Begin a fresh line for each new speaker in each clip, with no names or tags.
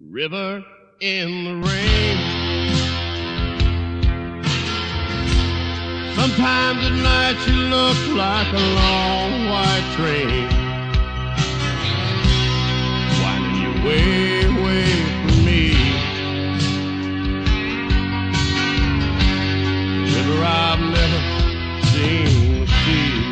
River in the rain. Sometimes at night you look like a long white train. Winding your way away from me. River I've never seen the sea.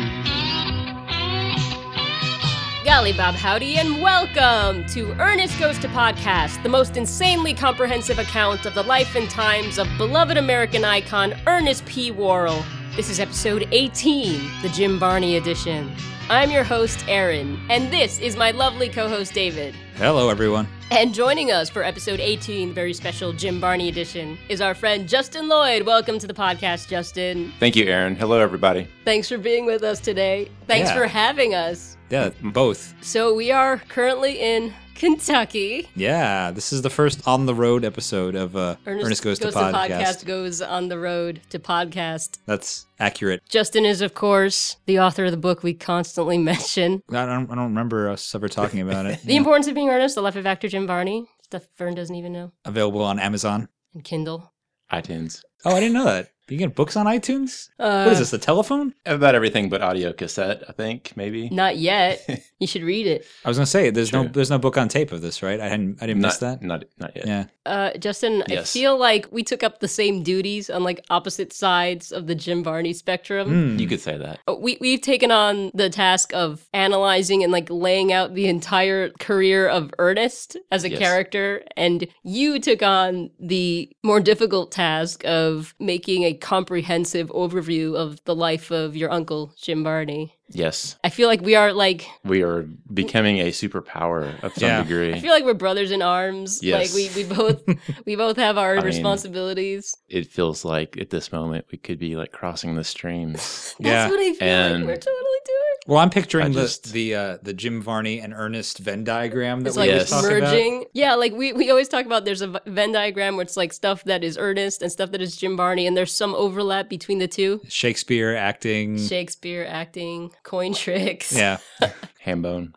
Golly Bob Howdy, and welcome to Ernest Goes to Podcast, the most insanely comprehensive account of the life and times of beloved American icon Ernest P. Worrell. This is episode 18, the Jim Barney edition. I'm your host, Aaron, and this is my lovely co host, David.
Hello, everyone.
And joining us for episode 18, very special Jim Barney edition, is our friend Justin Lloyd. Welcome to the podcast, Justin.
Thank you, Aaron. Hello, everybody.
Thanks for being with us today. Thanks
Yeah.
for having us.
Yeah, both.
So, we are currently in Kentucky.
Yeah, this is the first on the road episode of uh, Ernest, Goes, to, podcast.
goes on the road to podcast.
That's accurate.
Justin is, of course, the author of the book we constantly mention.
I don't, I don't remember us ever talking about it.
The Importance of Being Earnest, The Life of Actor Jim Varney. Stuff Vern doesn't even know.
Available on Amazon.
And Kindle.
iTunes.
Oh, I didn't know that. You get books on iTunes?
Uh,
what is this, the telephone?
About everything but audio cassette, I think, maybe.
Uh, Not yet. you should read it.
I was going to say, there's no
True.
there's no book on tape of this, right? I hadn't I didn't
not,
miss that.
Not, not yet.
Yeah.
Uh, Justin,
Yes.
I feel like we took up the same duties on like opposite sides of the Jim Varney spectrum.
Hmm.
You could say that.
Uh, We, we've taken on the task of analyzing and like laying out the entire career of Ernest as a
Yes.
character. And you took on the more difficult task of making a comprehensive overview of the life of your uncle, Jim Barney.
Yes.
I feel like we are like,
We are becoming a superpower of some
Yeah.
I
degree.
feel like we're brothers in arms.
Yes.
Like we, we both, we both have our
mean-
responsibilities.
It feels like at this moment we could be like crossing the streams.
That's
Yeah.
what I feel
And-
like we're totally doing.
Well, I'm picturing
I
the
just-
the uh, the Jim Varney and Ernest Venn diagram that
It's
we
like
always
Yes.
talk about.
merging. Yeah, like we, we always talk about there's a v- Venn diagram where it's like stuff that is Ernest and stuff that is Jim Barney, and there's some overlap between the two.
Shakespeare acting.
Shakespeare acting, coin tricks,
Mm. yeah.
Hambone.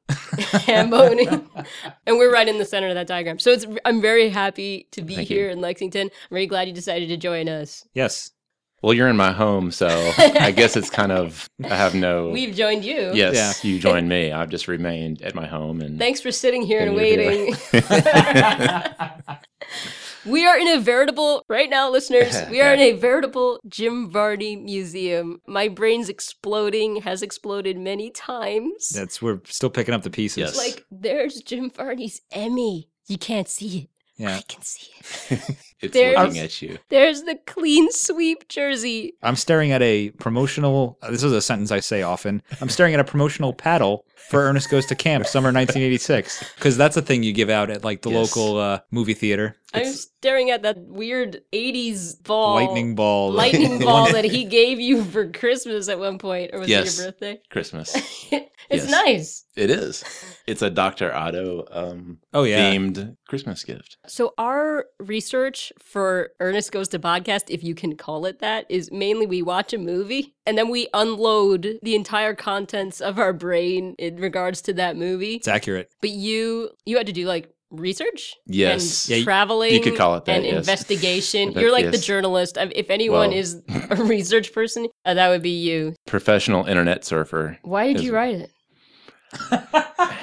hamboning, and we're right in the center of that diagram. So it's I'm very happy to be
Thank you.
here in Lexington. I'm very glad you decided to join us.
Yes.
Well, you're in my home, so I guess it's kind of, I have no.
We've joined you.
yes, you joined me. I've just remained at my home and.
Thanks for sitting here and
And you're here.
waiting. We are in a veritable, right now, listeners, we are in a veritable Jim Varney museum. My brain's exploding, has exploded many times.
That's we're still picking up the pieces.
Yes.
like, there's Jim Varney's Emmy. You can't see it.
Yeah.
I can see it.
it's
There's-
looking at you.
There's the clean sweep jersey.
I'm staring at a promotional. uh, This is a sentence I say often. I'm staring at a promotional paddle for Ernest Goes to Camp, summer 1986, because that's a thing you give out at like the
Yes.
local uh, movie theater.
I'm staring at that weird 80s ball.
lightning ball.
lightning
The
ball
one-
that he gave you for Christmas at one point, or was
Yes.
it your birthday?
Christmas.
it's
Yes.
nice.
It is. It's a Dr. Otto um,
Oh yeah.
themed Christmas gift.
So our research for Ernest Goes to Podcast, if you can call it that, is mainly we watch a movie and then we unload the entire contents of our brain in regards to that movie.
It's accurate.
But you you had to do like research
Yes.
and
Yeah, you-
traveling
you could call it that,
and
yes.
investigation
But
you're like the
yes.
journalist I- if anyone
Well.
is a research person uh, that would be you
Professional internet surfer.
why did you
Isn't-
write it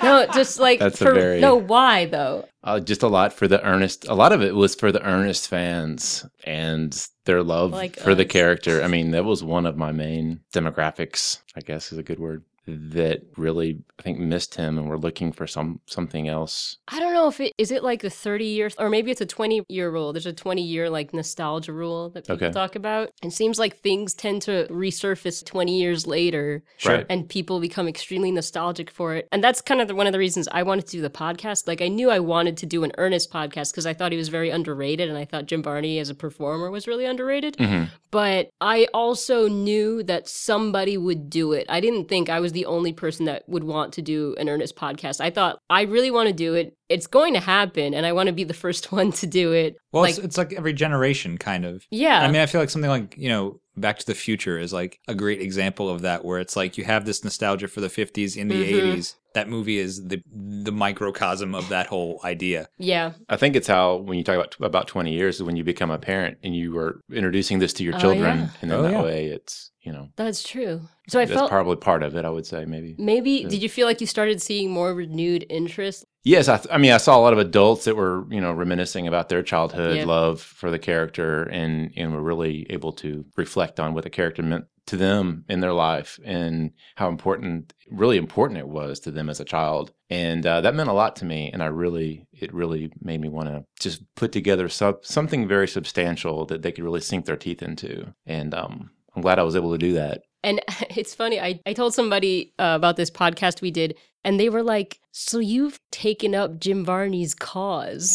no just like
That's a
for
very-
no why though
Uh, just a lot for the earnest. A lot of it was for the earnest fans and their love
Like
for the
us.
character. I mean, that was one of my main demographics, I guess is a good word, that really, I think, missed him and were looking for some something else.
I don't know if it is it like the 30 year or maybe it's a 20 year rule. There's a 20 year like nostalgia rule that people
Okay.
talk about. It seems like things tend to resurface 20 years later
Sure.
Right.
and people become extremely nostalgic for it. And that's kind of the, one of the reasons I wanted to do the podcast. Like I knew I wanted to do an Ernest podcast because I thought he was very underrated and I thought Jim Barney as a performer was really underrated
Mhm.
but I also knew that somebody would do it. I didn't think I was the only person that would want to do an earnest podcast. I thought I really want to do it. It's going to happen, and I want to be the first one to do it.
Well,
like,
it's, it's like every generation, kind of.
yeah,
I mean, I feel like something like you know Back to the Future is like a great example of that, where it's like you have this nostalgia for the 50s in the
Mhm.
80s. That movie is the the microcosm of that whole idea.
Yeah.
I think it's how when you talk about about 20 years is when you become a parent and you are introducing this to your
Oh,
children
yeah.
and then
Oh,
that
yeah.
way it's, you know,
That's true. So I
that's
felt
probably part of it, I would say maybe.
maybe
Yeah.
did you feel like you started seeing more renewed interest?
Yes, I, th- I mean I saw a lot of adults that were, you know, reminiscing about their childhood
Yeah.
love for the character and and were really able to reflect on what the character meant to them in their life and how important really important it was to them as a child and uh, that meant a lot to me and i really it really made me want to just put together sub- something very substantial that they could really sink their teeth into and um, i'm glad i was able to do that
And it's funny, I, I told somebody uh, about this podcast we did, and they were like, So you've taken up Jim Varney's cause,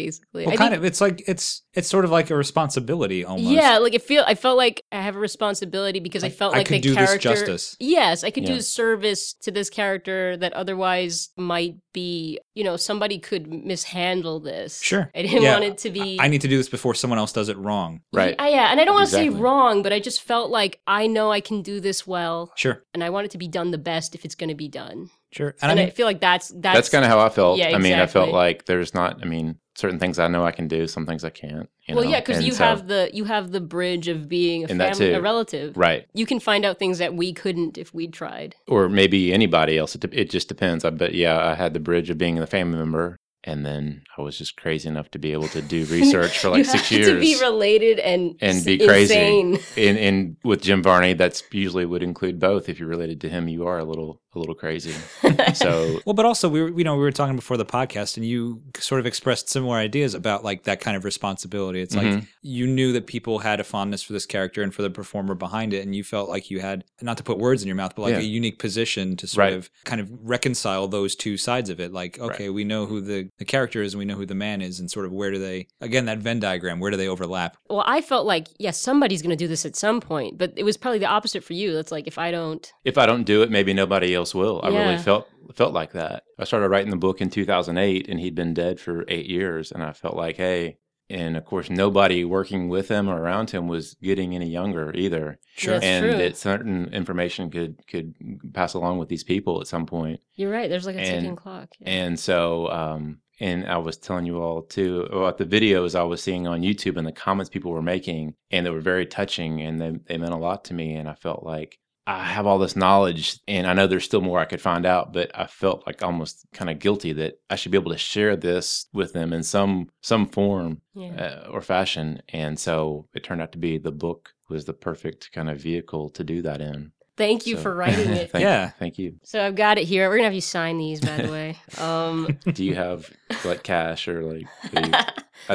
basically.
Well,
I
kind
think-
of. It's like it's it's sort of like a responsibility almost.
Yeah, like I feel I felt like I have a responsibility because I,
I-
felt
I
like
could
the
do this
character
justice.
Yes, I could
Yeah.
do service to this character that otherwise might be, you know, somebody could mishandle this.
Sure.
I didn't
Yeah.
want it to be
I need to do this before someone else does it wrong.
right
Yeah, yeah, and I don't want to say
Exactly.
wrong, but I just felt like I know I can do this well,
Sure,
and I want it to be done the best if it's going to be done.
sure. And,
And,
I
I,
mean,
feel like that's that's,
that's, kind of how I felt.
yeah,
I mean, I felt
exactly.
like there's not. I mean, certain things I know I can do, some things I can't. You
well,
know?
yeah, because
And
you
so-
have the you have the bridge of being a
And that
family, a
too.
relative.
right,
You can find out things that we couldn't if we tried.
or maybe anybody else. It, de- it just depends. I bet. Yeah, I had the bridge of being a family member, and then I was just crazy enough to be able to do research for
you
like six
have
years
to be related and
and
s-
be crazy.
Insane.
And, and with Jim Varney, that's usually would include both. If you're related to him, you are a little a little crazy. so
well, but also we were, you know, we were talking before the podcast, and you sort of expressed similar ideas about like that kind of responsibility. It's like
Mhm.
you knew that people had a fondness for this character and for the performer behind it, and you felt like you had not to put words in your mouth, but like
Yeah.
a unique position to sort
Right.
of kind of reconcile those two sides of it. Like, okay, we know who the, the character is, and we know who the man is, and sort of where do they again that Venn diagram? Where do they overlap?
Well, I felt like yes, somebody's going to do this at some point, but it was probably the opposite for you. That's like if I don't,
if I don't do it, maybe nobody else will. I
Yeah.
really felt felt like that. I started writing the book in 2008, and he'd been dead for eight years, and I felt like, hey. And of course, nobody working with him or around him was getting any younger either,
Sure. That's
and
true.
that certain information could could pass along with these people at some point.
you're right. There's like a
And-
ticking clock. Yeah.
And so, um, and I was telling you all too about the videos I was seeing on YouTube and the comments people were making, and they were very touching and they, they meant a lot to me. And I felt like I have all this knowledge, and I know there's still more I could find out, but I felt like almost kind of guilty that I should be able to share this with them in some some form
yeah.
uh, or fashion. And so it turned out to be the book was the perfect kind of vehicle to do that in.
Thank you
so-
for writing it.
Thank-
Yeah.
thank you.
So I've got it here. We're gonna have you sign these, by the way. Um,
Do you have like cash or like? do you- I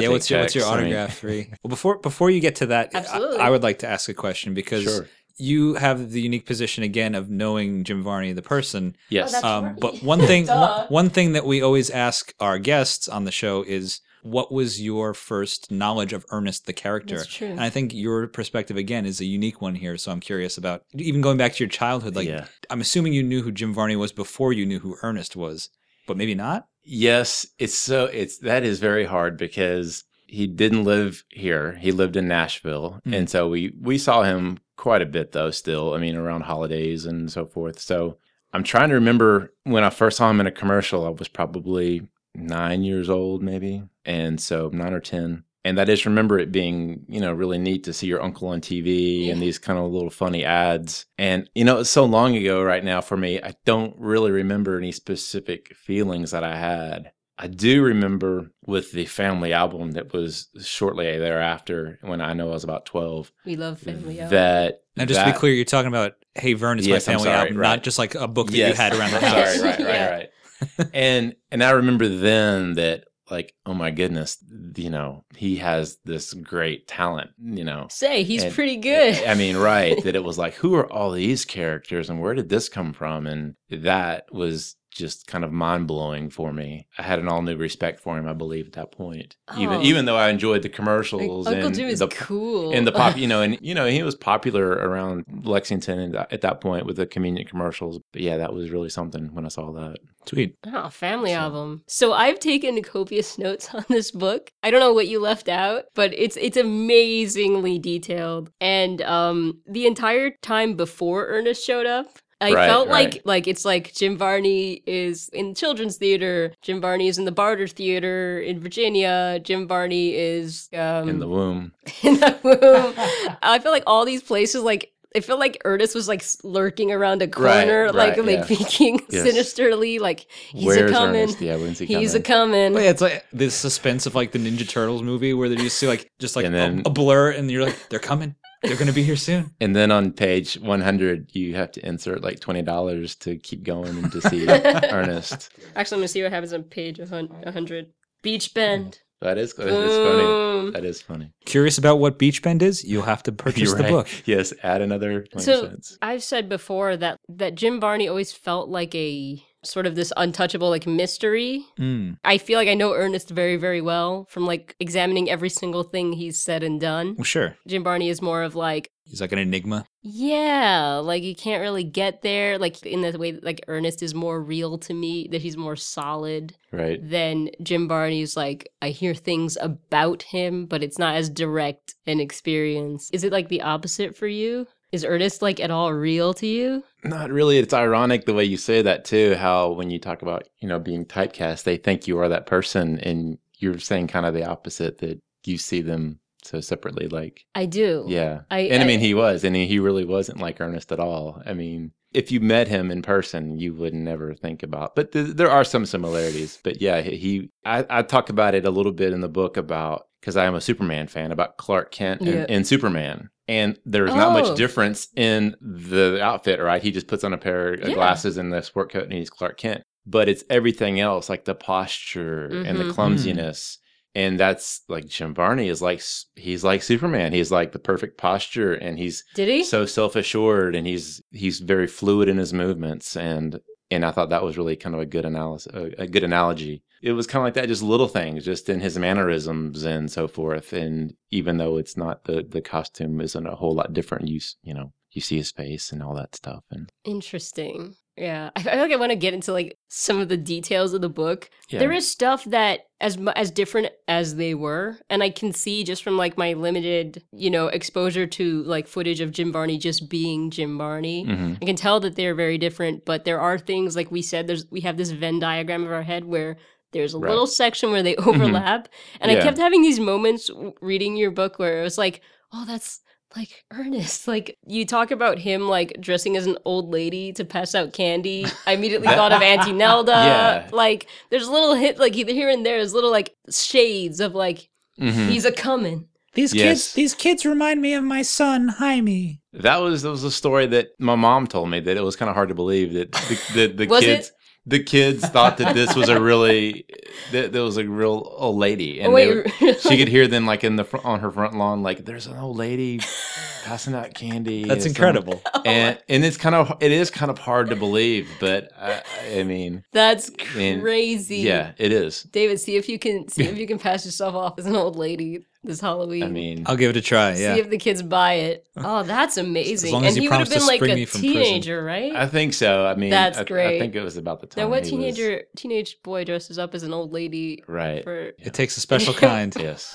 yeah,
take
what's your what's your
checks, I mean-
autograph free? Well, before before you get to that, I-
Absolutely.
I, would like to ask a question because
Sure.
you have the unique position again of knowing Jim Varney the person.
Yes.
that's-
Um,
right.
but one thing
Duh.
one, one thing that we always ask our guests on the show is what was your first knowledge of Ernest the character?
That's true.
And I think your perspective again is a unique one here. So I'm curious about even going back to your childhood. Like
Yeah.
I'm assuming you knew who Jim Varney was before you knew who Ernest was, but maybe not.
Yes. It's so it's that is very hard because he didn't live here. He lived in Nashville.
Hmm.
And so we we saw him quite a bit though still. I mean around holidays and so forth. So I'm trying to remember when I first saw him in a commercial, I was probably 9 years old maybe. And so 9 or 10. And I just remember it being, you know, really neat to see your uncle on TV and
Yeah.
these kind of little funny ads. And, you know, it's so long ago right now for me, I don't really remember any specific feelings that I had. I do remember with the family album that was shortly thereafter when I know I was about 12
we love family. Out.
that
Now, just to
that-
be clear, you're talking about Hey Vern is
Yes,
my
I'm
family
sorry,
album,
right.
not just like a book that
Yes.
you had around the
I'm
house.
Sorry, right, right,
Yeah.
right. and and I remember then that like oh my goodness, you know, he has this great talent, you know.
Say he's
And-
pretty good.
I mean, right, that it was like who are all these characters and where did this come from and that was just kind of mind blowing for me. I had an all new respect for him, I believe, at that point.
Oh.
Even even though I enjoyed the commercials
Uncle
and
Jim is
the
cool.
and the pop, you know, and you know, he was popular around Lexington and uh, at that point with the convenient commercials. But yeah, that was really something when I saw that.
Sweet.
Oh, family
So-
album. So I've taken copious notes on this book. I don't know what you left out, but it's it's amazingly detailed. And um the entire time before Ernest showed up, I
Right,
felt
right.
like like it's like Jim Varney is in children's theater, Jim Varney is in the Barter Theater in Virginia, Jim Varney is um
In the womb,
in the womb. I feel like all these places, like I feel like Ernest was like s- lurking around a
Right,
corner, like
right,
like
yeah.
peeking
Yes.
sinisterly, like he's a
where's
coming,
Ernest? Yeah, when's he
he's a coming.
coming?
But Oh, yeah, it's like the suspense of like the Ninja Turtles movie where they just see like just like
And
a-
then-
a, blur, and you're like, they're coming. They're gonna be here soon.
and then on page 100, you have to insert like twenty dollars to keep going and to see Ernest.
Actually, I'm gonna see what happens on page 100. Beach Bend.
That is Mm. that is funny.
Boom.
That is funny.
Curious about what Beach Bend is? You'll have to purchase
You're
the
right.
book.
Yes, add another twenty
So-
cents.
I've said before that that Jim Varney always felt like a sort of this untouchable like mystery
Mm,
I feel like I know Ernest very, very well from like examining every single thing he's said and done.
well, sure.
Jim Barney is more of like,
He's like an enigma.
yeah, like you can't really get there. Like in the way that like Ernest is more real to me, that he's more solid
Right.
than Jim Barney's like, I hear things about him, but it's not as direct an experience. Is it like the opposite for you? Is Ernest like at all real to you?
Not really. It's ironic the way you say that too. How when you talk about you know being typecast, they think you are that person, and you're saying kind of the opposite that you see them so separately. Like,
I do.
yeah,
I,
and I mean he was, and he really wasn't like Ernest at all. I mean, if you met him in person, you would never think about. But th- there are some similarities. But yeah, he. he- I, I talk about it a little bit in the book about because I am a Superman fan about Clark Kent and,
Yeah.
and Superman. And there's not
Oh.
much difference in the outfit, right? He just puts on a pair of
Yeah.
glasses and this work coat, and he's Clark Kent. But it's everything else, like the posture and
Mhm.
the clumsiness and that's like Jim Varney is like s- he's like Superman. He's like the perfect posture, and he's
did he?
so self assured, and he's he's very fluid in his movements. and And I thought that was really kind of a good analysis, a, a good analogy. It was kind of like that, just little things, just in his mannerisms and so forth. And even though it's not the the costume isn't a whole lot different, you s- you know you see his face and all that stuff, and
Interesting. Yeah, I I feel like I want to get into like some of the details of the book.
yeah,
There is stuff that as mu- as different as they were, and I can see just from like my limited, you know, exposure to like footage of Jim Barney just being Jim Barney.
Mhm.
I can tell that they're very different, but there are things like we said. There's we have this Venn diagram of our head where there's a
Right. Mm-hmm.
little section where they overlap, and I
Yeah.
kept having these moments w- reading your book where it was like, oh, that's like Ernest. Like you talk about him like dressing as an old lady to pass out candy. I immediately thought of Auntie Nelda.
Yeah.
Like there's little hit like here and there is little like shades of like
Mhm.
he's a coming.
These
Yes.
kids. These kids remind me of my son Jaime.
That was that was a story that my mom told me that it was kind of hard to believe that the, the, the
Was
kids the kids thought that this was a really that there was a real old lady
Oh
and they
wait,
would- she could hear them like in the fr- on her front lawn like there's an old lady passing out candy.
That's
and some-
incredible.
Oh
and and it's kind of it is kind of hard to believe, but I, I mean
that's
mean,
crazy.
yeah, it is.
David, see if you can see if you can pass yourself off as an old lady this Halloween.
I mean
I'll give it a try.
See
Yeah.
if the kids buy it. Oh, that's amazing.
long as
and
you
he would have
promise to
been like
spring
a
me from prison.
teenager, right?
I think so. I mean
That's
I- I,
great.
think it was about the time.
now, what
he was-
teenager teenage boy dresses up as an old lady
right.
for
It takes a special kind.
Yes.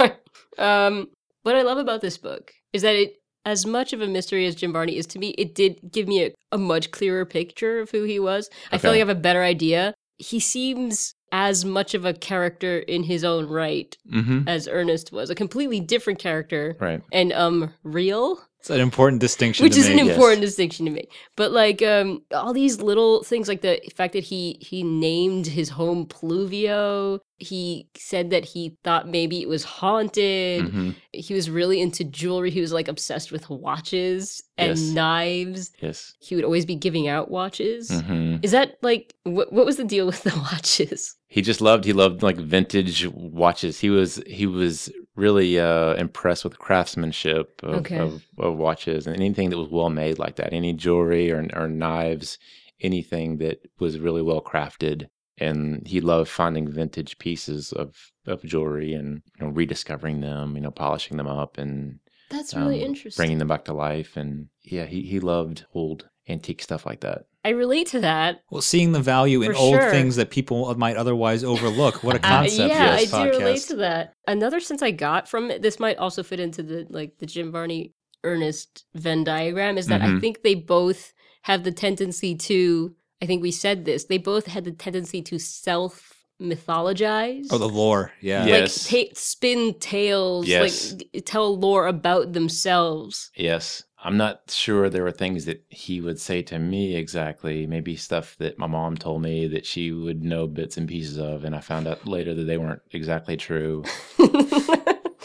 Um, what I love about this book is that it, as much of a mystery as Jim Varney is to me, it did give me a, a much clearer picture of who he was. I feel like I
Okay.
have a better idea. He seems as much of a character in his own right
hmm
Mm.
as Ernest was, a completely different character
Right.
and um real,
It's an important distinction.
which
to
is an
make.
yes.
important distinction to make. But like um all these little things, like the fact that he he named his home Pluvio. He said that he thought maybe it was haunted
Mhm.
he was really into jewelry. He was like obsessed with watches and
Yes.
knives.
Yes.
He would always be giving out watches.
hmm
Is that like what? What was the deal with the watches?
he just loved he loved like vintage watches he was he was really uh impressed with craftsmanship of,
Okay.
of, of watches and anything that was well made like that any jewelry or, or knives anything that was really well crafted. And he loved finding vintage pieces of, of jewelry and you know, rediscovering them, you know, polishing them up and
That's really
um,
interesting.
bringing them back to life. And yeah, he, he loved old antique stuff like that.
I relate to that.
Well, seeing the value in
For
old
sure.
things that people might otherwise overlook. What a concept!
Uh, yeah,
for
I
this
do
podcast.
relate to that. Another sense I got from it, this might also fit into the like the Jim Varney Ernest Venn diagram is that I
Mhm.
think they both have the tendency to. I think we said this. They both had the tendency to self mythologize.
Oh, the lore. Yeah.
Yeah.
like
Yes.
ta- spin tales,
Yes.
like g- tell lore about themselves.
Yes. I'm not sure there were things that he would say to me exactly. Maybe stuff that my mom told me that she would know bits and pieces of, and I found out later that they weren't exactly true.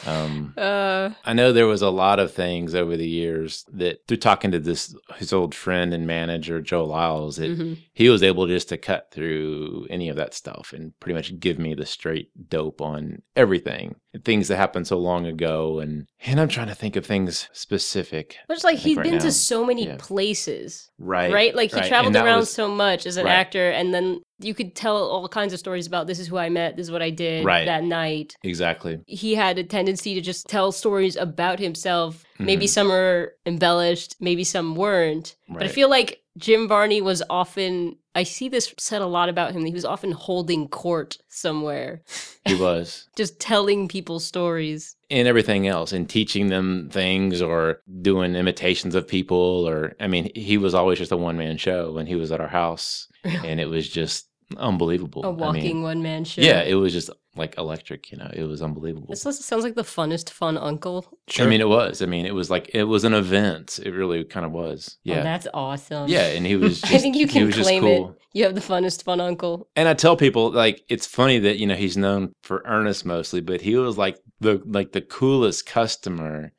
Um,
uh,
I know there was a lot of things over the years that through talking to this his old friend and manager Joe Lyles, that
mhm.
he was able just to cut through any of that stuff and pretty much give me the straight dope on everything things that happened so long ago and and i'm trying to think of things specific
But it's like
I think
he'd
right
been
now-
to so many
yeah.
places.
right
right? Like he
right.
traveled
And that
around
was-
so much as an
right.
actor, and then you could tell all kinds of stories about this is who I met, this is what I did
Right.
that night.
exactly
He had a tendency to just tell stories about himself. Maybe
Mhm.
some are embellished, maybe some weren't. But I
Right.
feel like Jim Varney was often. I see this said a lot about him. that He was often holding court somewhere,
he was
just telling people stories.
and everything else and teaching them things or doing imitations of people or i mean he was always just a one-man show when he was at our house and it was just unbelievable
A
I
walking
mean,
one man show.
yeah it was just like electric you know it was unbelievable
This also sounds like the funnest fun uncle. Oh,
I mean, it was. I mean, it was like it was an event. It really kind of was.
Oh,
Yeah.
that's awesome.
yeah, and he was. Just,
I think you
he
can
was just
claim
cool.
it. You have the funnest fun uncle.
And I tell people like it's funny that you know he's known for Ernest mostly, but he was like the like the coolest customer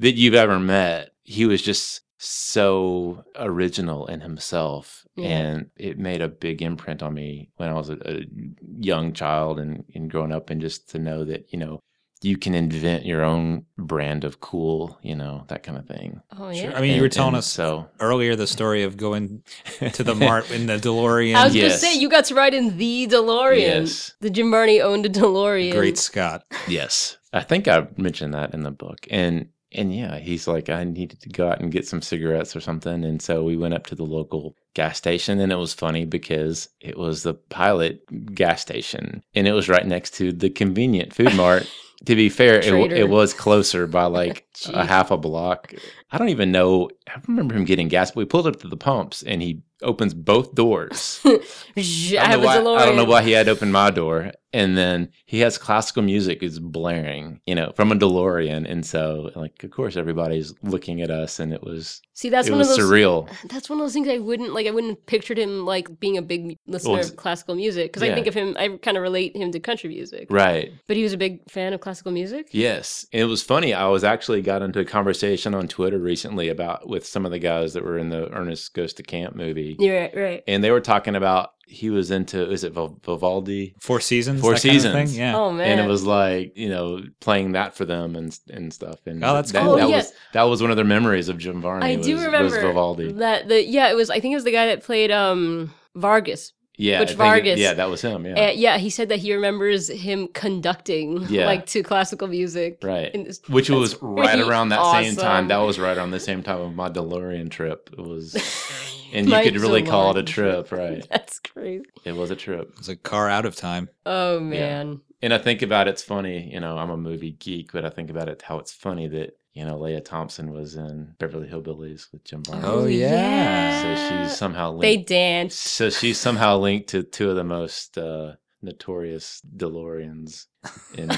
that you've ever met. He was just so original in himself,
Yeah.
and it made a big imprint on me when I was a, a young child and and growing up, and just to know that you know you can invent your own brand of cool, you know that kind of thing.
Oh
Sure.
yeah.
I mean, you
And-
were telling
and
us
so
earlier the story of going to the mart in the DeLorean.
I was gonna
Yes.
say you got to ride in the DeLorean.
Yes.
The Jim Barney owned a DeLorean.
Great Scott.
Yes. I think I mentioned that in the book. And and yeah, he's like, I needed to go out and get some cigarettes or something. And so we went up to the local gas station and it was funny because it was the pilot gas station and it was right next to the convenient food mart. to be fair, it, wa-
Traitor.
it was closer by like a
Jeez.
half a block. I don't even know. I don't remember him getting gas, but we pulled up to the pumps and he opens both doors.
Zh,
I
I have a
don't, know why,
DeLorean.
I don't know why he had opened my door. And then he has classical music is blaring, you know, from a DeLorean. And so, like, of course, everybody's looking at us, and it was
See, that's
it
one of
was
those.
surreal.
That's one of those things I wouldn't like. I wouldn't have pictured him like being a big listener
Well,
of classical music because I
yeah.
think of him. I kind of relate him to country music.
Right.
But he was a big fan of classical music.
Yes. And it was funny. I was actually got into a conversation on Twitter recently about with some of the guys that were in the Ernest Goes to Camp movie.
You're right. Right.
And they were talking about he was into, is it Viv- Vivaldi?
Four seasons.
Four
that kind of
seasons.
thing? Yeah.
Oh man.
And it was like, you know, playing that for them and and stuff. And
Oh, that's
that,
cool.
that
Oh, yeah.
was that was one of their memories of Jim Varney.
I do
was-
remember
was Vivaldi.
that. The yeah, it was. I think it was the guy that played um Vargas
yeah,
Butch
I think it-
Vargas.
yeah, that was him. Yeah,
Uh, yeah, he said that he remembers him conducting
Yeah.
like to classical music.
right.
And it's-
Which
that's
was right
pretty
around that same
awesome.
time. That was right around the same time of my DeLorean trip. It was, and you
My
could really call it a
DeLorean
trip, right?
That's crazy.
It was a trip.
It was a car out of time.
Oh man.
And I think about it's funny. You know, I'm a movie geek, but I think about it how it's funny that you know Leah Thompson was in Beverly Hillbillies with Jim Varney.
Oh, yeah.
So
yeah.
she's somehow linked
they danced.
So she's somehow linked to two of the most uh, notorious DeLoreans. In,
he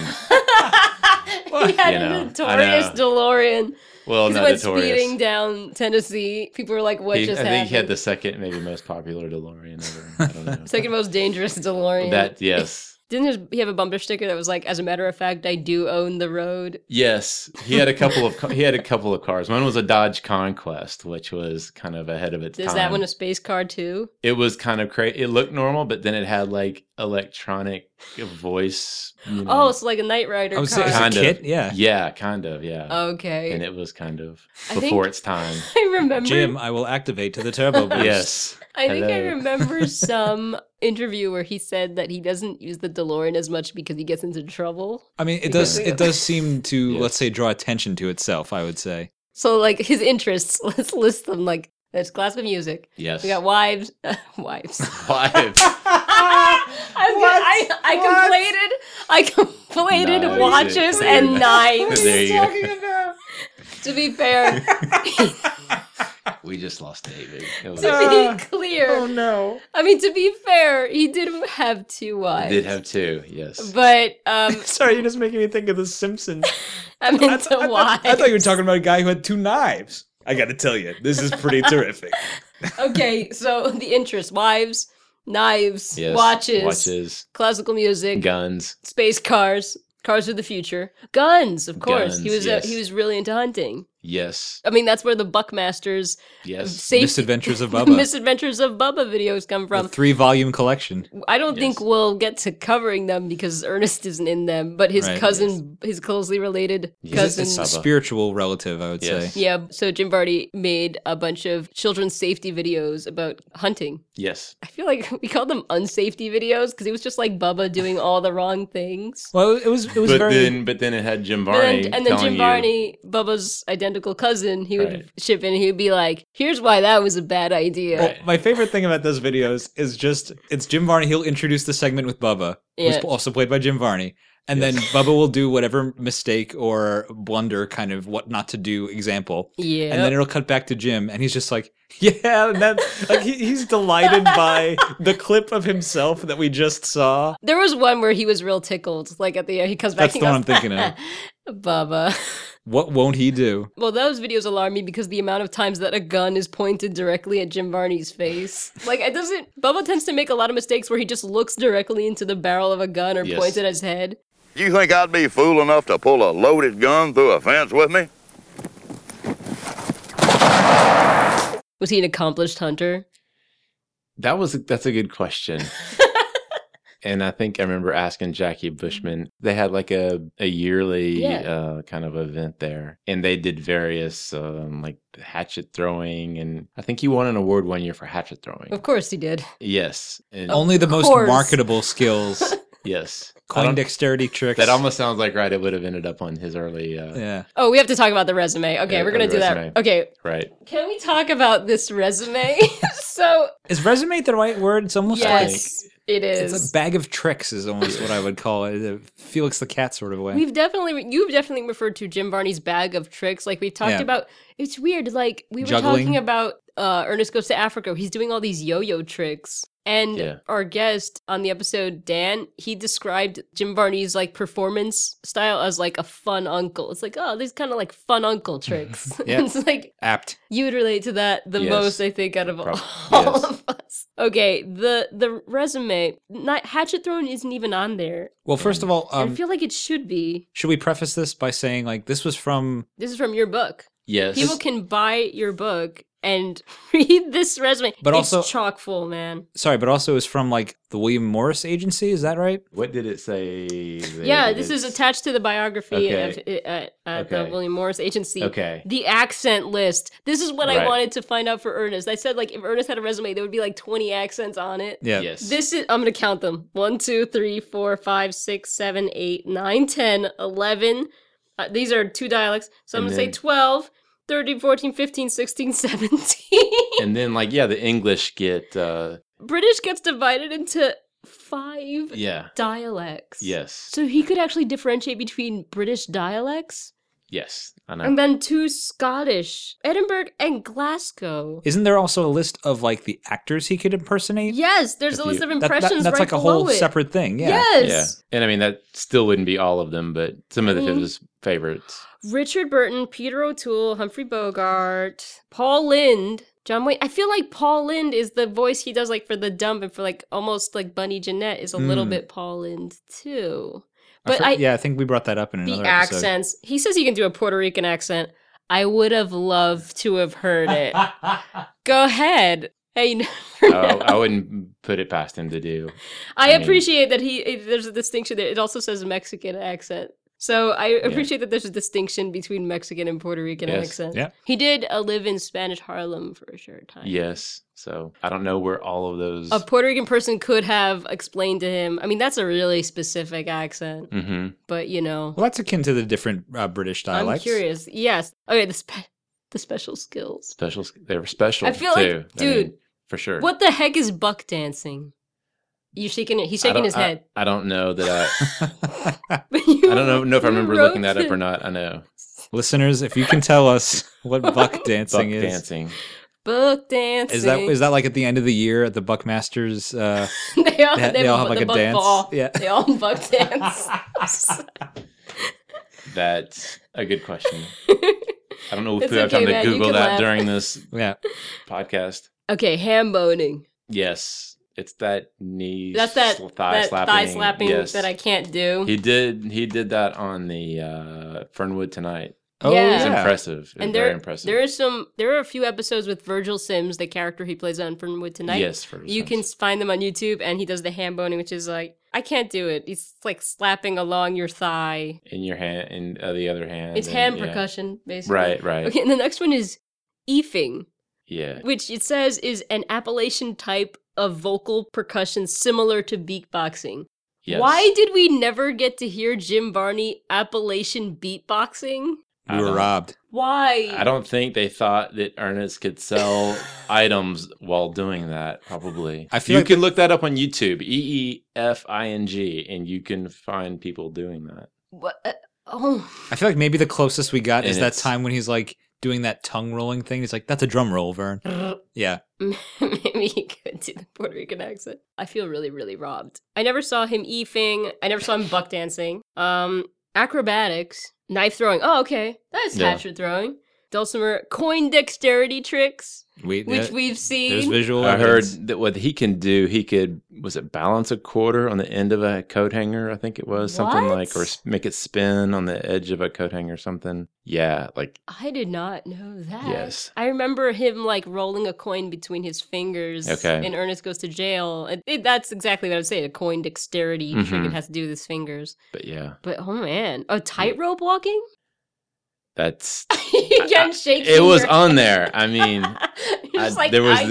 had
You know,
a
I
notorious
know.
DeLorean.
well,
he
not
went
notorious.
speeding down Tennessee. People were like, "What
He- I
just
think
happened?"
he had the second, maybe most popular DeLorean ever. I don't know.
Second most dangerous DeLorean.
that yes,
Didn't his, he have a bumper sticker that was like, as a matter of fact, I do own the road?
Yes, he had a couple of he had a couple of cars. One was a Dodge Conquest, which was kind of ahead of its
Is
time.
that one a space car too?
it was kind of crazy. It looked normal, but then it had like electronic voice. you
Oh,
know.
it's like a Knight Rider
I was
car.
saying,
Kind
kind
of.
kid, yeah.
yeah, kind of, yeah.
Okay.
and it was kind of
Oh, I think-
before its time.
I remember.
Jim, I will activate to the turbo boost.
yes,
I think I
hello.
remember some interview where he said that he doesn't use the DeLorean as much because he gets into trouble.
I mean, it
Because
does.
we-
It does seem to
Yes.
let's say draw attention to itself. I would say.
So, like his interests, let's list them. Like there's classical music.
yes.
We got wives, wives.
Wives.
I, was gonna- I, I conflated. I conflated
Nice.
watches
What
and knives.
There you go.
to be fair,
We just lost David. It was-
to be clear.
Uh, oh, no!
I mean, to be fair, he did have two
I
wives.
did have two. Yes.
But um,
Sorry, you're just making me think of The Simpsons.
I meant to wives.
you were talking about a guy who had two knives. I got to tell you, this is pretty terrific.
okay, so the interest wives, knives,
Yes.
watches,
Watches.
classical music,
Guns.
space cars, cars of the future, guns. Of course, he
Guns,
was
yes.
uh, he was really into hunting.
Yes.
I mean, that's where the Buckmasters
Yes.
safety
Misadventures of
the
Bubba,
Misadventures of Bubba videos come from.
three volume collection.
I don't think
Yes.
we'll get to covering them because Ernest isn't in them, but his
Right,
cousin, his closely related
Yes.
It's,
cousin.
it's a
Bubba.
spiritual relative, I would
Yes.
say.
yeah, so Jim Vardy made a bunch of children's safety videos about hunting.
Yes.
I feel like we called them unsafety videos because it was just like Bubba doing all the wrong things.
Well, it was it was
But
very
then, but then it had Jim Varney.
and, and then
telling
Jim
you-
Varney, Bubba's identical cousin, he would
Right.
ship in and he would be like, here's why that was a bad idea.
Well, my favorite thing about those videos is just it's Jim Varney. He'll introduce the segment with Bubba,
Yeah.
who's also played by Jim Varney, and then Bubba will do whatever mistake or blunder, kind of what not to do example,
yeah.
and then it'll cut back to Jim, and he's just like, "Yeah," and that like he, he's delighted by the clip of himself that we just saw.
there was one where he was real tickled. Like at the end, he comes back
That's
and
the
he
one I'm
goes,
thinking of.
Bubba.
What won't he do?
Well, those videos alarm me because the amount of times that a gun is pointed directly at Jim Varney's face. Like, it doesn't. Bubba tends to make a lot of mistakes where he just looks directly into the barrel of a gun or
Yes.
points it at his head.
You think I'd be fool enough to pull a loaded gun through a fence with me?
Was he an accomplished hunter?
That was that's a good question. and I think I remember asking Jackie Bushman. They had like a a yearly
Yeah.
uh, kind of event there, and they did various um, like hatchet throwing, and I think he won an award one year for hatchet throwing.
Of course he did.
yes, and
Only the most
course.
marketable skills,
yes, I
coin
don't-
dexterity tricks.
That almost sounds like right. It would have ended up on his early uh,
yeah.
Oh, we have to talk about the resume. Okay,
Yeah,
we're gonna
the
do
resume.
that. Okay,
right.
can we talk about this resume? so
Is resume the right word? It's almost like
yes, it is.
It's a bag of tricks, is almost what I would call it. A Felix the Cat sort of way.
We've definitely you've definitely referred to Jim Varney's bag of tricks. Like we've talked
Yeah.
about it's weird, like we were
Juggling.
talking about uh Ernest Goes to Africa. He's doing all these yo-yo tricks. And
Yeah.
our guest on the episode, Dan, he described Jim Varney's like performance style as like a fun uncle. It's like, oh, these kind of like fun uncle tricks.
Yeah.
it's like
Apt.
you would relate to that the
Yes.
most, I think, out of
Prob-
all
yes.
of us. Okay, the the resume, not, Hatchet Throne isn't even on there.
Well, first of all,
I
um,
feel like it should be.
should we preface this by saying like this was from?
This is from your book.
Yes,
People can buy your book and read this resume.
But
It's
also-
chock full, man.
Sorry, but also it was from like the William Morris Agency. Is that right?
what did it say? there
yeah,
that
this is
it's-
attached to the biography of, at, at the
Okay.
William Morris Agency.
Okay.
The accent list. This is what I
Right.
wanted to find out for Ernest. I said, like, if Ernest had a resume, there would be like 20 accents on it.
Yeah.
Yes.
This is, I'm going to count them 1, 2, 3, 4, 5, 6, 7, 8, 9, 10, 11. Uh, these are two dialects. So I'm
And
going to say
then-
12, 13, 14, 15, 16, 17.
and then like yeah, the English get uh,
British gets divided into five
yeah,
dialects.
yes,
So he could actually differentiate between British dialects
yes. I know.
and then two Scottish, Edinburgh and Glasgow.
Isn't there also a list of like the actors he could impersonate?
Yes, there's
If
a list
you-
of
That- that-
impressions
that's
right
like a
below
whole
it.
separate thing. Yeah.
Yes.
Yeah. And I mean, that still wouldn't be all of them, but some of the
Mhm.
his favorites.
Richard Burton, Peter O'Toole, Humphrey Bogart, Paul Lind, John Wayne. I feel like Paul Lind is the voice he does like for the dumb and for like almost like Bunny Jeanette is a little
Mm.
bit Paul Lind too. But
for-
I,
yeah, I think we brought that up in
the
another episode.
accents. He says he can do a Puerto Rican accent. I would have loved to have heard it. Go ahead. Hey, you never
Oh,
know.
I wouldn't put it past him to do.
I
I mean-
appreciate that he eh, there's a distinction there. It also says Mexican accent. So I appreciate that there's a distinction between Mexican and Puerto Rican
Yes.
accent.
Yeah.
He did a live in Spanish Harlem for a short time.
Yes. So I don't know where all of those.
A Puerto Rican person could have explained to him. I mean, that's a really specific accent,
hmm
but you know,
Well, that's akin to the different uh, British
I'm
dialects.
curious. Yes. Okay, the spe- the special skills.
Special. They were special.
I feel like-
too. I
dude,
mean, for sure.
What the heck is buck dancing? You're shaking it. He's
I
shaking
don't-
his
I-
head.
I don't know that I.
I
I don't know, know if I remember looking that up or not. I know
Listeners, if you can tell us what buck dancing
buck
is,
dancing.
Buck dancing.
is that is that like at the end of the year at the Buckmasters? Uh,
they all,
they,
they
they all have
bu-
like
the
a
buck
dance.
Ball.
Yeah.
They all buck dance.
That's a good question. I don't know if
It's
we have
okay,
time to
Matt, you
Google
can
that
laugh.
during this
Yeah.
podcast.
okay, ham boning.
Yes, it's that knee.
That's that
sl-
thigh that slapping, thigh slapping
Yes.
that I can't do.
He did. He did that on the uh, Fernwood tonight.
Oh,
Yeah.
It's
Yeah.
impressive.
and
And
there,
very impressive.
there is some. There are a few episodes with Virgil Sims, the character he plays on Fernwood tonight.
yes, for
you can
instance.
find them on YouTube, and he does the ham boning, which is like I can't do it. He's like slapping along your thigh.
in your hand, in uh, the other hand.
It's
and-
hand
yeah.
percussion, basically.
Right, right.
Okay, and the next one is eefing.
Yeah,
which it says is an Appalachian type of vocal percussion similar to beatboxing.
yes.
Why did we never get to hear Jim Barney Appalachian beatboxing?
we were robbed.
Why?
I don't think they thought that Ernest could sell items while doing that. Probably,
I feel
you
like-
can look that up on YouTube, E E F I N G, and you can find people doing that.
What? uh, oh,
I feel like maybe the closest we got
And
is that
it's-
time when he's like doing that tongue rolling thing. He's like, "That's a drum roll, Vern." yeah.
maybe he could do the Puerto Rican accent. I feel really, really robbed. I never saw him eefing. I never saw him buck dancing. Um, acrobatics, knife throwing. Oh, okay, that's
Yeah.
hatchet throwing. Dulcimer, coin dexterity tricks,
We,
which
yeah,
we've seen.
there's visual.
I heard
evidence.
that what he can do, he could was it balance a quarter on the end of a coat hanger? I think it was something
What?
like, or s- make it spin on the edge of a coat hanger, or something. Yeah, like
I did not know that.
Yes.
I remember him like rolling a coin between his fingers.
Okay.
And Ernest goes to jail. It- it- that's exactly what I would say. A coin dexterity trick. It
Mhm.
has to do with his fingers.
but yeah,
But oh man, a tightrope walking.
that's
you can't shake.
it was
your-
on there. I mean.
You're just
I-
like,
there was
I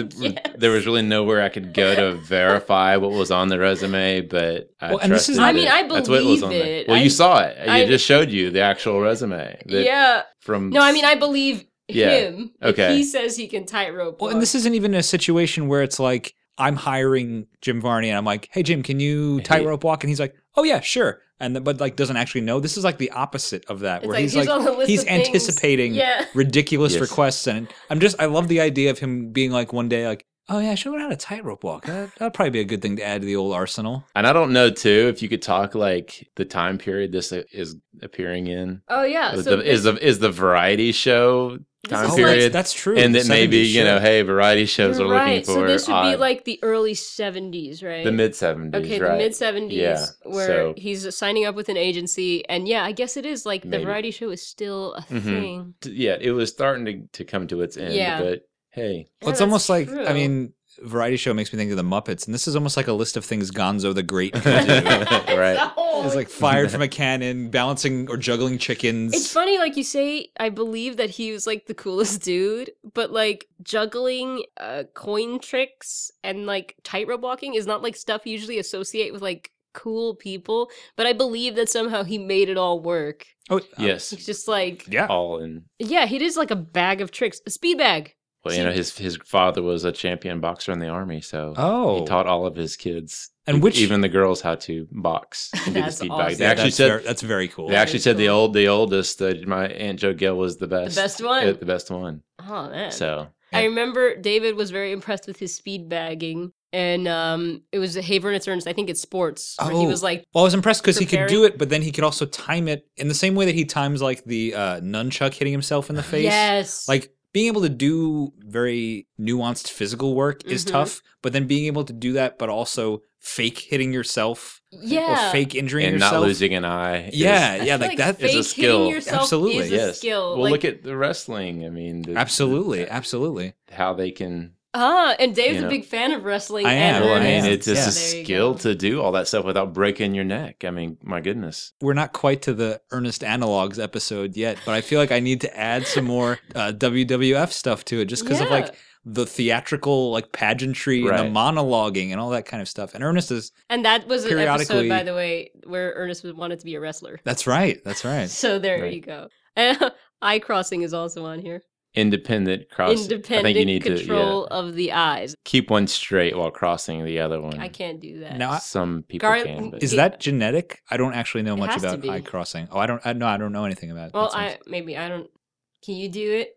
there was
guess.
really nowhere I could go to verify what was on the resume, but I
Well, and this
trusted
is-
it.
I
mean, I
That's what was
believe
on there.
it.
Well,
I-
you saw it.
I-
It just showed you the actual resume. that-
yeah.
From
No, I mean I believe
Yeah.
him. If
Okay.
he says he can tightrope.
Well, and this isn't even a situation where it's like I'm hiring Jim Varney and I'm like, "Hey Jim, can you
Hey.
tightrope walk?" And he's like, "Oh yeah, sure." And the, but like doesn't actually know. This is like the opposite of that,
It's
where
like,
he's
here's all the
like
list
he's
of things.
anticipating
Yeah.
ridiculous
Yes.
requests, and I'm just I love the idea of him being like one day like, "Oh yeah, I should learn how to tightrope walk. That, that'd probably be a good thing to add to the old arsenal."
and I don't know too if you could talk like the time period this uh, is appearing in.
Oh yeah.
Is
So
the, is the is the variety show
This
time
is
Oh,
like-
period?
that's, that's true.
and
the
that maybe
70s
you know,
show.
hey, variety shows
you're
are
right.
looking
so
for
this would be
odd-
like the early '70s, right?
the mid seventies,
Okay,
right?
the mid 70s
Yeah,
where
so-
he's signing up with an agency and yeah, I guess it is like the
Maybe.
variety show is still a
Mhm.
thing.
T- yeah, it was starting to, to come to its end,
Yeah.
but hey,
Well, it's
Yeah,
almost like
that's
I
true.
mean, variety show makes me think of the Muppets, and this is almost like a list of things Gonzo the Great can do.
Right.
So-
He's like fired from a cannon, balancing or juggling chickens.
it's funny like you say I believe that he was like the coolest dude, but like juggling uh coin tricks and like tightrope walking is not like stuff you usually associate with like cool people, but I believe that somehow he made it all work.
Oh,
yes,
He's just like
yeah.
all in.
yeah, he is like a bag of tricks, a speed bag.
Well,
See-
you know, his his father was a champion boxer in the army, so
Oh,
he taught all of his kids
And
e-
which-
even the girls how to box. and do the
That's
speed
awesome.
bag. They
Yeah,
actually
that's
said
ver- that's very cool.
they actually
Very
said the
cool.
old the oldest that my aunt Jo Gill was the
The
best,
best one.
uh, the best one.
oh man.
So
I remember David was very impressed with his speed bagging, and um, it was Haven It's Ernest. I think it's sports. Where he
Oh.
was like,
Well, I was impressed because he could do
Preparing-
it, but then he could also time it in the same way that he times like the uh, nunchuck hitting himself in the face.
yes,
Like being able to do very nuanced physical work is
Mhm.
tough, but then being able to do that, but also fake hitting yourself
yeah.
or fake injuring
and
yourself.
not losing an eye. is-
yeah,
I
yeah,
feel
like, that.
is a
fake
skill.
Hitting yourself
Absolutely,
is a
yes.
skill.
Well,
like,
look at the wrestling. I mean, the-
absolutely,
the-
absolutely.
how they can.
ah, and Dave's
you
a
know.
big fan of wrestling.
I am,
And
Well, I
Yeah.
mean,
Ernest.
it's just a
There you
skill
go.
to do all that stuff without breaking your neck. I mean, my goodness.
We're not quite to the Ernest Analogs episode yet, but I feel like I need to add some more uh, WWF stuff to it just because of
Yeah.
like the theatrical like pageantry
Right.
and the monologuing and all that kind of stuff. And Ernest is
And that was an episode,
Periodically-
by the way, where Ernest would- wanted to be a wrestler.
that's right, that's right.
So there
Right.
you go. And eye crossing is also on here.
Independent cross. I think you
Independent
need to
control
yeah,
of the eyes.
keep one straight while crossing the other one.
I can't do that.
Now, I-
Some people
Gar-
can. But
Is
Yeah.
that genetic? I don't actually know
It
much
has to
about
be.
eye crossing. Oh, I don't. I, no, I don't know anything about it.
well,
That sounds-
I maybe I don't. Can you do it?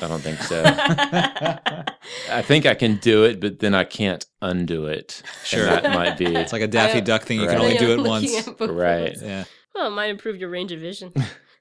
I don't think so. I
I
think I can do it, but then I can't undo it.
Sure.
And that might be.
it's like a Daffy
don't-
Duck thing. You
Right.
can only
Yeah,
do it once.
Right.
Yeah.
Well, it might improve your range of vision.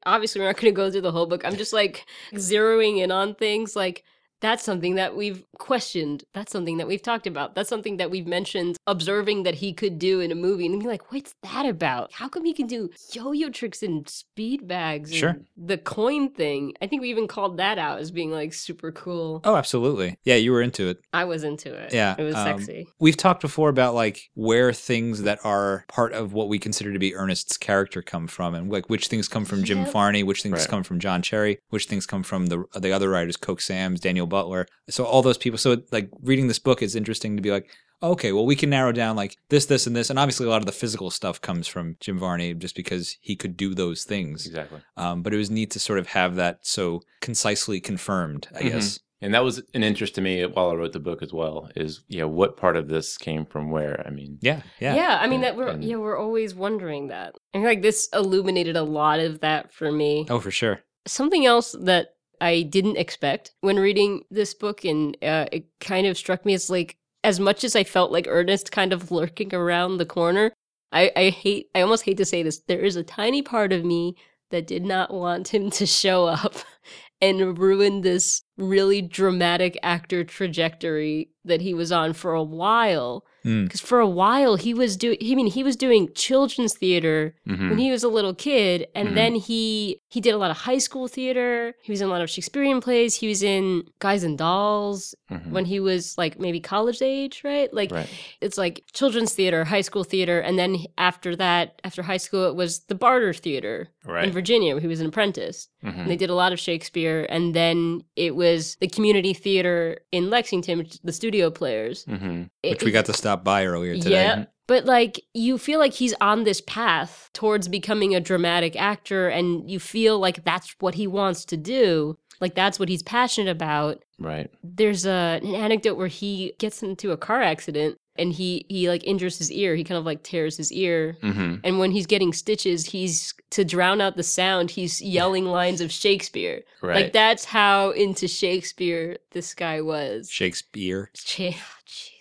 Obviously, we're not going to go through the whole book. I'm just like zeroing in on things like that's something that we've questioned. That's something that we've talked about. That's something that we've mentioned observing that he could do in a movie. And be like, what's that about? How come he can do yo yo tricks and speed bags? and
Sure.
The coin thing. I think we even called that out as being like super cool.
Oh, absolutely. Yeah, you were into it.
I was into it.
Yeah,
It was
um,
sexy.
We've talked before about like where things that are part of what we consider to be Ernest's character come from, and like which things come from Jim
Yep.
Farney, which things
Right.
come from John Cherry, which things come from the the other writers, Coke Sam's, Daniel Butler. So all those people. So like reading this book is interesting to be like, okay, well we can narrow down like this, this, and this, and obviously a lot of the physical stuff comes from Jim Varney just because he could do those things.
Exactly.
Um, but it was neat to sort of have that so concisely confirmed, I
Mhm.
guess.
And that was an interest to me while I wrote the book as well. Is you know what part of this came from where? I mean,
Yeah, yeah,
I mean that we're
and-
yeah, we're always wondering that. And like this illuminated a lot of that for me.
Oh, for sure.
something else that I didn't expect when reading this book, and uh, it kind of struck me as like as much as I felt like Ernest kind of lurking around the corner. I, I hate. I almost hate to say this. There is a tiny part of me that did not want him to show up and ruin this really dramatic actor trajectory that he was on for a while.
Mm.
Because for a while he was doing. I mean, he was doing children's theater when
Mm-hmm.
mhm.
he was a little kid and
Mhm.
then he he did a lot of high school theater he was in a lot of shakespearean plays he was in guys and dolls
Mhm.
Mm-hmm.
when he was like maybe college age right like
right.
it's like children's theater high school theater and then he- after that after high school it was the barter theater in
Right.
virginia where he was an apprentice
Mhm.
and
Mm-hmm.
they did a lot of shakespeare and then it was the community theater in lexington which is the studio players
Mhm.
Which we got to stop by earlier today.
yeah. But like you feel like he's on this path towards becoming a dramatic actor and you feel like that's what he wants to do. Like that's what he's passionate about.
Right.
There's a, an anecdote where he gets into a car accident and he he like injures his ear. He kind of like tears his ear.
hmm
And when he's getting stitches, he's to drown out the sound, he's yelling lines of Shakespeare.
Right.
Like that's how into Shakespeare this guy was.
Shakespeare.
Jeez. jeez.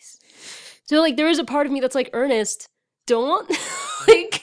So like there is a part of me that's like Ernest, don't like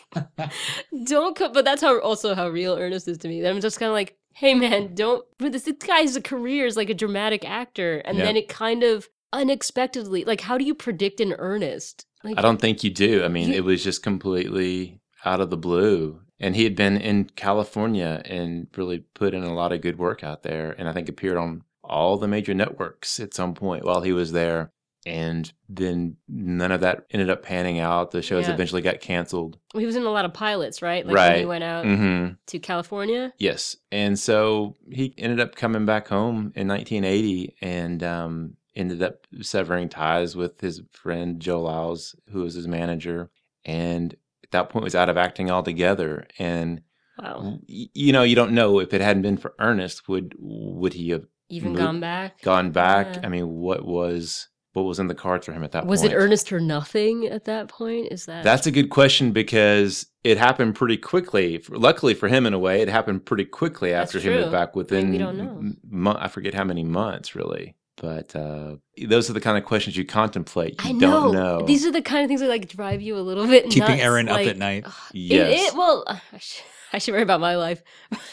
don't co-, but that's how also how real Ernest is to me. That I'm just kind of like, hey man, don't but this, this guy's career is like a dramatic actor and
Yeah.
then it kind of unexpectedly like how do you predict an Ernest? Like
I don't think you do. I mean,
You-
it was just completely out of the blue. And he had been in California and really put in a lot of good work out there. And I think appeared on all the major networks at some point while he was there. And then none of that ended up panning out. The shows
Yeah.
eventually got canceled.
he was in a lot of pilots, right? Like when he
Right.
went out
hmm
to California.
Yes. And so he ended up coming back home in 1980 and um, ended up severing ties with his friend Joe Lyles, who was his manager. And at that point was out of acting altogether. And
Wow.
y- you know, you don't know if it hadn't been for Ernest, would would he have
Even
Mo-
gone back.
gone back?
Yeah.
I mean, what was what was in the cards for him at that
Was
point?
it Ernest or nothing at that point? Is that
That's a good question because it happened pretty quickly. Luckily for him, in a way, it happened pretty quickly
That's
after he moved
true.
back
mean,
within.
we don't know.
m- mo- I forget how many months, really. But uh, those are the kind of questions you contemplate. You
I
don't
know.
know.
These are the kind of things that like drive you a little bit
Keeping
nuts,
Aaron up
like,
at night.
ugh, it-
Yes.
It, well, I should, I should worry about my life.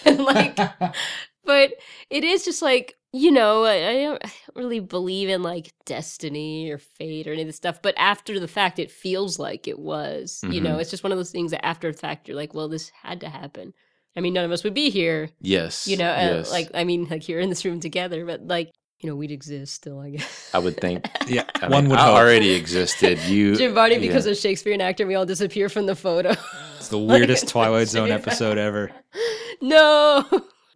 like, but it is just like you know, I, I, don't, I don't really believe in like destiny or fate or any of this stuff, but after the fact, it feels like it was. You know, it's just one of those things that after the fact, you're like, well, this had to happen. I mean, none of us would be here,
Yes.
you know, uh,
yes.
like, I mean, like here in this room together, but like, you know, we'd exist still, I guess.
I would think.
Yeah,
I
one
mean,
would
I
hope.
already existed. You
Giovanni,
yeah.
because of Shakespearean actor, we all disappear from the photo.
It's the weirdest
Like,
Twilight Zone
yeah.
episode ever.
no.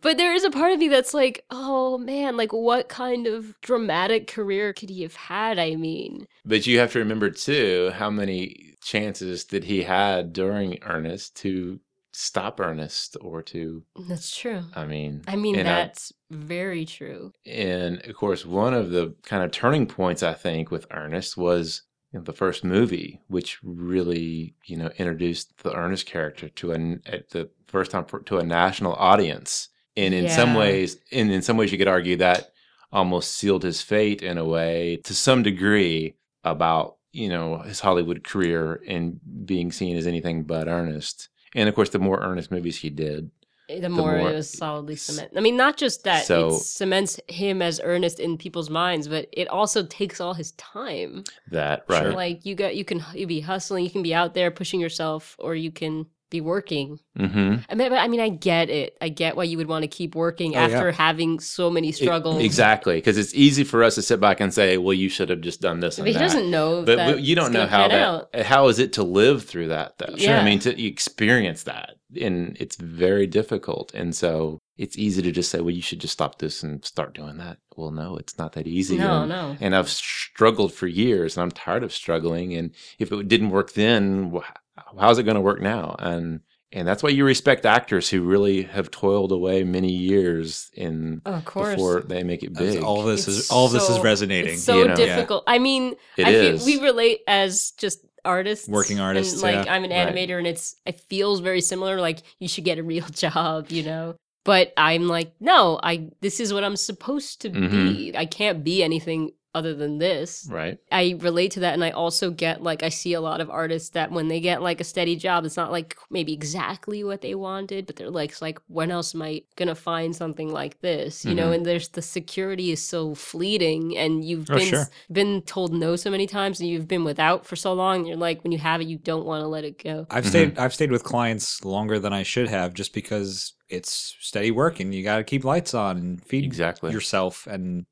But there is a part of me that's like, oh man, like what kind of dramatic career could he have had? I mean,
But you have to remember too how many chances that he had during Ernest to stop Ernest or to
that's true.
I mean
I mean,
and I-
that's very true.
and of course one of the kind of turning points I think with Ernest was you know, the first movie, which really you know introduced the Ernest character to an at the first time for, to a national audience, and in some
Yeah.
ways, and in some ways, you could argue that almost sealed his fate in a way to some degree about you know his Hollywood career and being seen as anything but Ernest. And of course, the more Ernest movies he did,
The more,
more-
it was solidly
s-
cement. I mean, not just that
So-
it cements him as earnest in people's minds, but it also takes all his time.
that
Sure.
right,
Like you got, you can you be hustling, you can be out there pushing yourself, or you can be working.
mm-hmm.
I mean, but I mean, I get it. I get why you would want to keep working
Oh, yeah.
after having so many
It-
struggles.
E, exactly because it's easy for us to sit back and say, "Well, you should have just done this."
But
And
he
that.
doesn't know. if
but
that's
you don't know
gonna
how
pan
that
out.
how is it to live through that though
Sure.
i mean to experience that and it's very difficult and so it's easy to just say well you should just stop this and start doing that well no it's not that easy
No,
and,
no.
and i've struggled for years and i'm tired of struggling and if it didn't work then wh- how's it going to work now and and that's why you respect actors who really have toiled away many years in
Oh, of course.
before they make it
That's-
big
All this
It's
is all this is
so-
resonating.
it's so
you know? Yeah.
difficult. I mean,
It
I
is.
Feel we relate as just artists,
Working artists,
And like
yeah.
I'm an
Right.
animator, and it's it feels very similar. Like you should get a real job, you know. But I'm like, no, I this is what I'm supposed to
Mm-hmm.
be. I can't be anything other than this.
right
I relate to that, and I also get like I see a lot of artists that when they get like a steady job, it's not like maybe exactly what they wanted, but they're like, it's like when else am I gonna find something like this? You know,
Mm-hmm.
Mhm.
and there's the security is so fleeting, and you've
Oh,
been
sure.
been told no so many times, and you've been without for so long. And you're like, when you have it, you don't want to let it go.
I've
Mhm.
stayed I've stayed with clients longer than I should have just because it's steady work and you got to keep lights on and feed
exactly Mm-hmm.
yourself and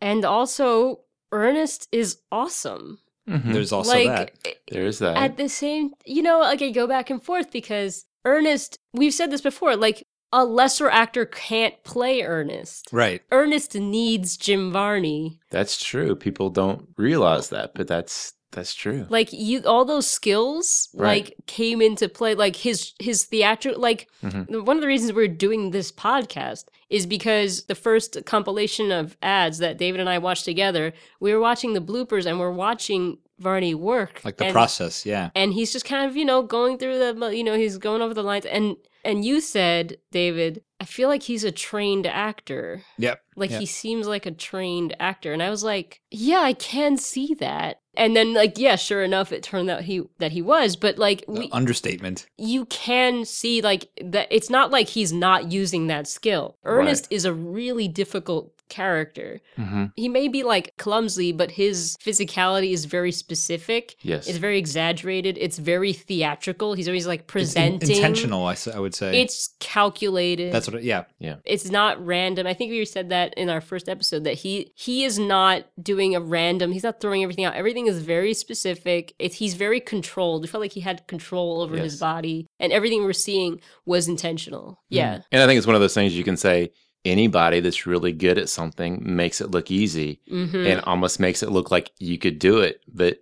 And also, Ernest is awesome.
Mhm.
there's also that.
like
there is that
Mm-hmm. at the same you know like i go back and forth because ernest we've said this before like a lesser actor can't play ernest
Right.
ernest needs jim varney
That's true. People don't realize that, but that's that's true.
like you all those skills
Right.
like came into play like his his theatrical like
Mm-hmm.
Mhm.
the- one of the reasons we're doing this podcast is because the first compilation of ads that david and i watched together we were watching the bloopers and we're watching varney work
Like the
and-
process, yeah.
and he's just kind of you know going through the you know he's going over the lines and and you said david i feel like he's a trained actor
Yep.
like
Yeah.
he seems like a trained actor and i was like yeah i can see that and then like yeah sure enough it turned out he that he was but like
The
we,
understatement.
you can see like that it's not like he's not using that skill
Right.
ernest is a really difficult character
Mhm.
he may be like clumsy but his physicality is very specific
Yes.
it's very exaggerated. It's very theatrical. He's always like
It's in-
presenting.
intentional, I, s- I would say.
It's calculated.
That's what it, yeah.
it's not random. I think we said that in our first episode that he he is not doing a random. He's not throwing everything out. Everything is very specific. It's he's very controlled. We felt like he had control over his
Yes.
body, and everything we're seeing was intentional.
Mm.
Yeah,
And I think it's one of those things you can say anybody that's really good at something makes it look easy
hmm
and almost makes it look like you could do it, but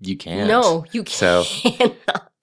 you can't.
no, you
So-
can't.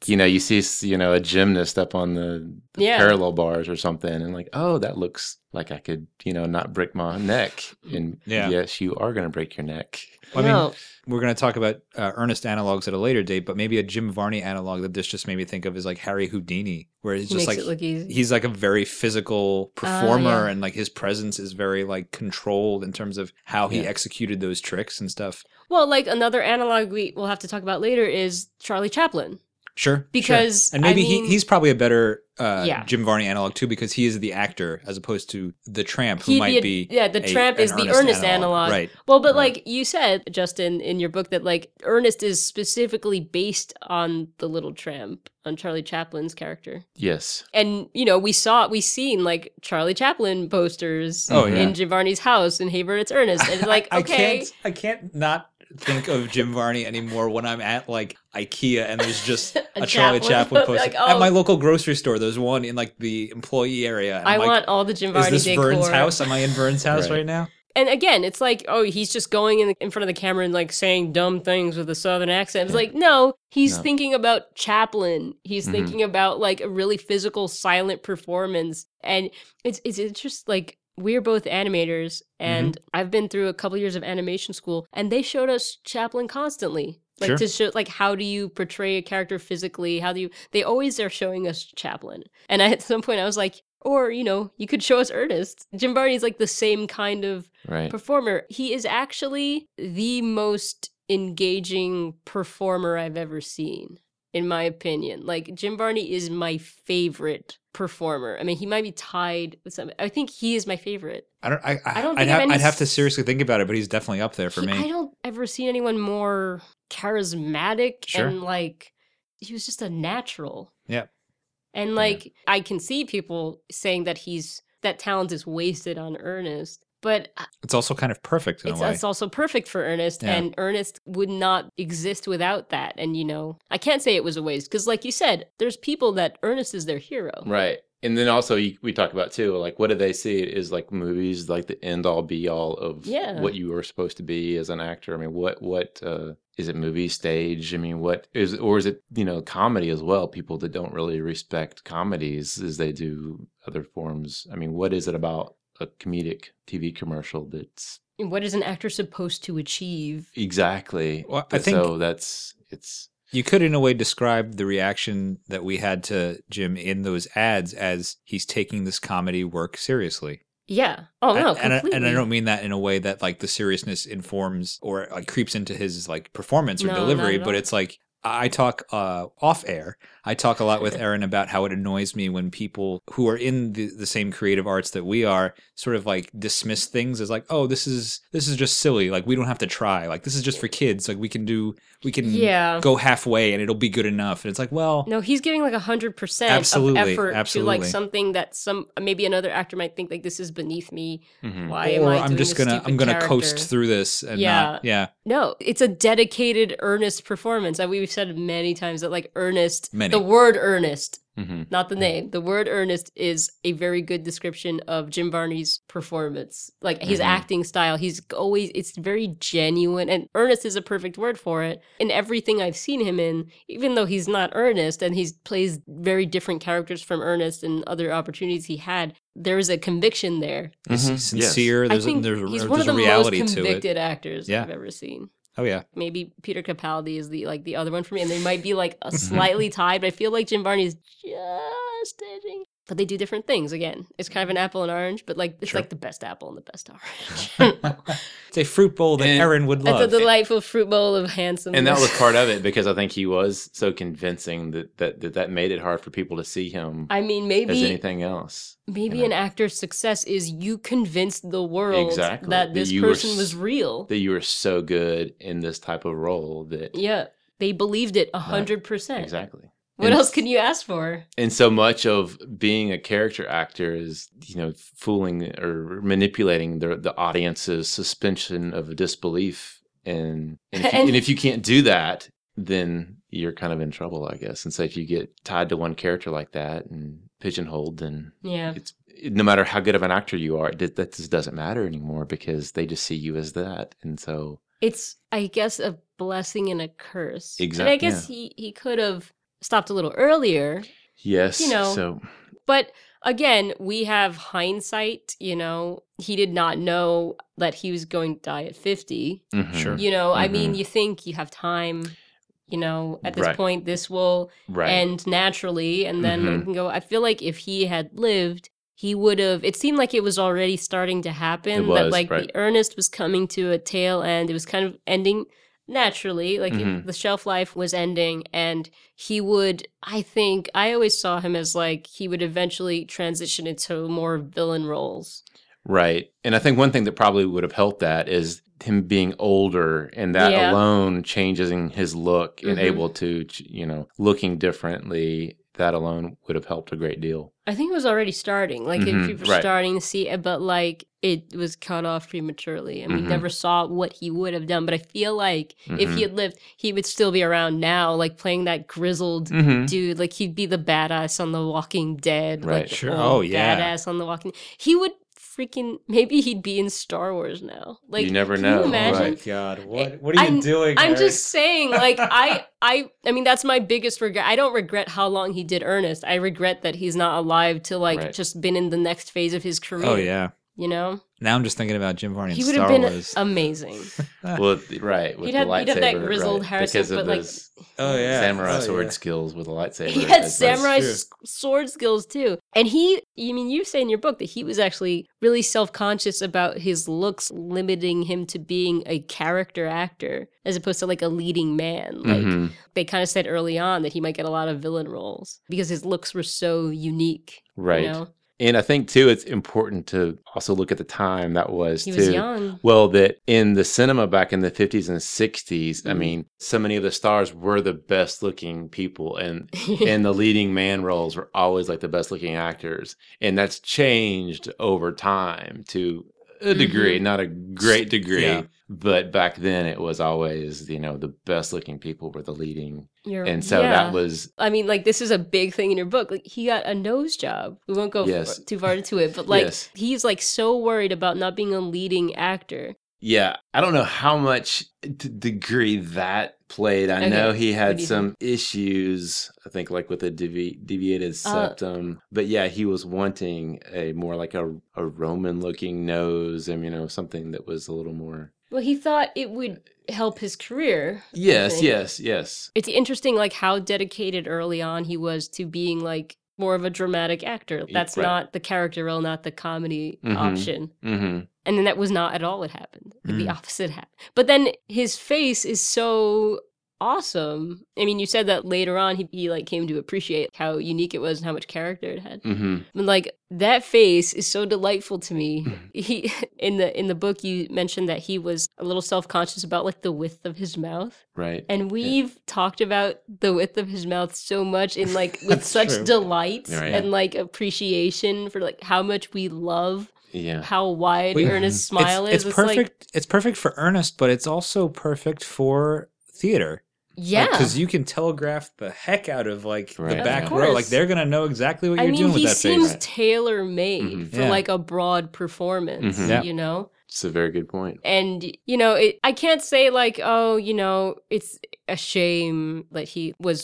You know, you see, s- you know, a gymnast up on the, the
Yeah.
parallel bars or something, and like, oh, that looks like I could, you know, not break my neck.
Mm.
And
Yeah.
yes, you are going to break your neck.
I mean,
no,
we're going to talk about uh, Ernest analogs at a later date, but maybe a Jim Varney analog that this just made me think of is like Harry Houdini, where it's
he
just
makes
like
it look easy.
he's like a very physical performer
yeah.
and like his presence is very like controlled in terms of how he
Yeah.
executed those tricks and stuff.
well, like another analog we will have to talk about later is Charlie Chaplin.
Sure.
Because,
sure. and
I
maybe
mean-
he, he's probably a better uh,
Yeah.
Jim Varney analog too because he is the actor as opposed to the tramp who
He'd
might
a-
be
yeah the
a-
tramp
an
is the earnest analog.
Right.
well but
Right.
like you said justin in your book that like ernest is specifically based on the little tramp on charlie chaplin's character
Yes.
and you know we saw we seen like charlie chaplin posters
Oh, yeah.
in giovanni's house and hey Bird, it's ernest and it's like
I, I
okay
can't I can't not think of Jim Varney anymore when I'm at like IKEA and there's just a, Charlie Chaplin poster.
Like,
At my
oh,
local grocery store, there's one in like the employee area. and
I
I'm like,
want all the Jim
Is
Varney
this
decor.
Vern's house? Am I in Vern's house
Right.
right now?
And again, it's like, oh, he's just going in, in front of the camera and like saying dumb things with a southern accent. It's
Yeah.
like, no, he's
No.
thinking about Chaplin. He's
Mhm.
thinking about like a really physical, silent performance. And it's it's just like we're both animators,
Mm-hmm.
and I've been through a couple years of animation school, and they showed us Chaplin constantly. Like
Sure.
to show like how do you portray a character physically? How do you they always are showing us Chaplin. And I, at some point I was like, or you know, you could show us Ernest. Jim Varney's like the same kind of
Right.
performer. He is actually the most engaging performer I've ever seen, in my opinion. Like Jim Varney is my favorite performer. I mean, he might be tied with some. I think he is my favorite.
I don't. I, I,
I don't think
I'd,
of
have,
any
I'd have to
s-
seriously think about it, but he's definitely up there for
He-
me.
I don't ever seen anyone more charismatic
Sure.
and like he was just a natural.
Yep.
And like I can see people saying that he's that talent is wasted on Ernest, but
It's also kind of perfect in
it's,
a way.
it's also perfect for Ernest,
Yeah.
and Ernest would not exist without that. And you know, I can't say it was a waste because, like you said, there's people that Ernest is their hero.
Right. And then also you, we talk about too, like what do they see is like movies, like the end all be all of
Yeah.
what you were supposed to be as an actor. I mean, what what uh, is it? Movie, stage? I mean, what is or is it you know comedy as well? People that don't really respect comedies as they do other forms. I mean, what is it about a comedic TV commercial that's
And What is an actor supposed to achieve?
exactly?
Well, I
that-
think-
so. That's it's
You could, in a way, describe the reaction that we had to Jim in those ads as he's taking this comedy work seriously.
Yeah. Oh no,
and, and I,
completely.
and I don't mean that in a way that like the seriousness informs or like creeps into his like performance or
No, not
delivery,
at
but
all.
it's like I talk uh, off air. I talk a lot with Aaron about how it annoys me when people who are in the, the same creative arts that we are sort of like dismiss things as like, oh, this is this is just silly. Like we don't have to try. Like this is just for kids. Like we can do we can
Yeah.
go halfway and it'll be good enough. And it's like, well,
No, he's giving like a hundred percent of
Absolutely,
effort to
absolutely.
like something that some maybe another actor might think like this is beneath me.
Mhm.
Why am
Mm. or
I?
I'm
doing
just
this
gonna I'm
stupid
gonna
character?
coast through this and not yeah
No, it's a dedicated, earnest performance. I we've said many times that like earnest,
Many.
the word earnest
Mhm.
not
Hmm.
the name. The word earnest is a very good description of Jim Varney's performance. Like his
Mm-hmm.
Mhm.
acting style, he's always it's very genuine and earnest is a perfect word for it. In everything I've seen him in, even though he's not earnest and he plays very different characters from Ernest and other opportunities he had, there is a conviction there.
He's
Mhm. Yes.
sincere. There's
I think
a, there's, a-
he's
there's
one of
a
the most
reality to it.
convicted actors
Yeah.
I've ever seen
Oh yeah,
maybe Peter Capaldi is the like the other one for me, and they might be like
Mm-hmm.
a slightly tied. But I feel like Jim Varney is just edging. But they do different things. Again, it's kind of an apple and orange, but like it's
Sure.
like the best apple and the best orange.
it's a fruit bowl that
And-
Aaron would
That's a
love.
delightful fruit bowl of handsome.
and that was part of it because I think he was so convincing that that that, that made it hard for people to see him
I mean,
as
maybe
anything else.
maybe
you know.
an actor's success is you convinced the world
Exactly.
that
That
this
you were
person
s-
was real.
That you were so good in this type of role that
yeah, they believed it a hundred percent.
exactly.
What
And-
else can you ask for?
And so much of being a character actor is, you know, fooling or manipulating the the audience's suspension of disbelief. And and if, you,
And-
and if you can't do that, then you're kind of in trouble, I guess. And so if you get tied to one character like that and pigeonholed, then
Yeah.
it's no matter how good of an actor you are, it, that- that just doesn't matter anymore because they just see you as that. And so
it's i guess a blessing and a curse and i
Exact-
guess he he could have stopped a little earlier
yes,
You know,
so
but again we have hindsight you know he did not know that he was going to die at 50
mhm,
Sure.
you know i mean
Mhm.
you think you have time you know at this
Right.
point this will
right.
end naturally and then
Mhm.
we can go i feel like if he had lived he would have it seemed like it was already starting to happen
It
that
was,
like
right.
the earnest was coming to a tail end it was kind of ending naturally like he-
Mhm.
the shelf life was ending and he would i think i always saw him as like he would eventually transition into more villain roles
Right. And I think one thing that probably would have helped that is him being older and that
Yeah.
alone changes in his look and
Mhm.
able to, ch- you know, looking differently, that alone would have helped a great deal.
i think it was already starting like
Mhm,
if you were
right.
starting to see it but like it was cut off prematurely and
Mhm.
we never saw what he would have done but i feel like if
Mhm.
he had lived he would still be around now like playing that grizzled
Mm-hmm.
dude. Like he'd be the badass on The Walking Dead.
Right.
Like, the
Sure.
old
Oh, yeah.
Badass on The Walking. He would freaking maybe he'd be in Star Wars now. Like
You never
can
know.
You imagine?
Oh my god, what what are you
I'm-
doing?
I'm
Eric?
just saying, like I, I, I mean, that's my biggest regret. I don't regret how long he did Ernest. I regret that he's not alive to like
Right.
just been in the next phase of his career.
Oh yeah.
you know,
Now I'm just thinking about Jim Varney
he
in
would have
Star
been
Wars.
amazing.
Well, right. With
He'd
the
have-
lightsaber,
he'd have that grizzled
right,
Harrison,
because of
but, like,
his
oh yeah.
samurai
Oh,
sword
yeah.
skills with a lightsaber.
he had
That's-
samurai
true.
s- sword skills too and he you mean you say in your book that he was actually really self-conscious about his looks limiting him to being a character actor as opposed to like a leading man like
Mhm.
they kind of said early on that he might get a lot of villain roles because his looks were so unique
Right.
you know?
And I think too, it's important to also look at the time that was
he
too.
was young
Well, that in the cinema back in the 50s and 60s, I
Mhm.
mean, so many of the stars were the best looking people and and the leading man roles were always like the best looking actors. And that's changed over time to a degree,
Mm-hmm.
not a great degree.
Yeah.
But back then it was always, you know, the best looking people were the leading.
You're-
And so
yeah.
that was
I mean, like this is a big thing in your book. Like he got a nose job. We won't go f-
Yes.
too far into it, but like
Yes.
he's like so worried about not being a leading actor.
yeah, I don't know how much d- degree that played. I
Okay,
know he
what
had
do you
some issues, I think like with a devi- deviated
Uh,
septum. But yeah, he was wanting a more like a, a Roman looking nose and, you know, something that was a little more
Well, he thought it would help his career. I
Yes,
think.
yes, yes.
It's interesting, like how dedicated early on he was to being like more of a dramatic actor.
Y-
That's
right.
not the character role, not the comedy
Mhm.
option.
Mm-hmm.
And then that was not at all what happened. Like, The
Mm.
opposite happened. But then his face is so awesome. I mean, you said that later on he, he like came to appreciate how unique it was and how much character it
Mm.
had.
Mm-hmm.
And, like that face is so delightful to me.
Mhm.
Mm.
He in the in the book you mentioned that he was a little self-conscious about like the width of his mouth.
Right.
And we've talked about the width of his mouth so much in like with
That's
such
true.
delight
Right.
and like appreciation for like how much we love
Yeah.
how wide
We-
Ernest's smile
it's,
is.
It's
like
perfect. it's perfect for Ernest, but it's also perfect for theater.
yeah.
because you can telegraph the heck out of like
Right.
the
Of
back row. Like
course.
they're gonna know exactly what
I
you're
mean,
doing with
he
that
seems
face. Mm-hmm.
tailor made
Mhm.
for
Yeah. Mm-hmm.
like a broad performance,
Mhm.
Yeah.
you know?
It's a very good point.
and you know it, i can't say like oh you know it's a shame that he was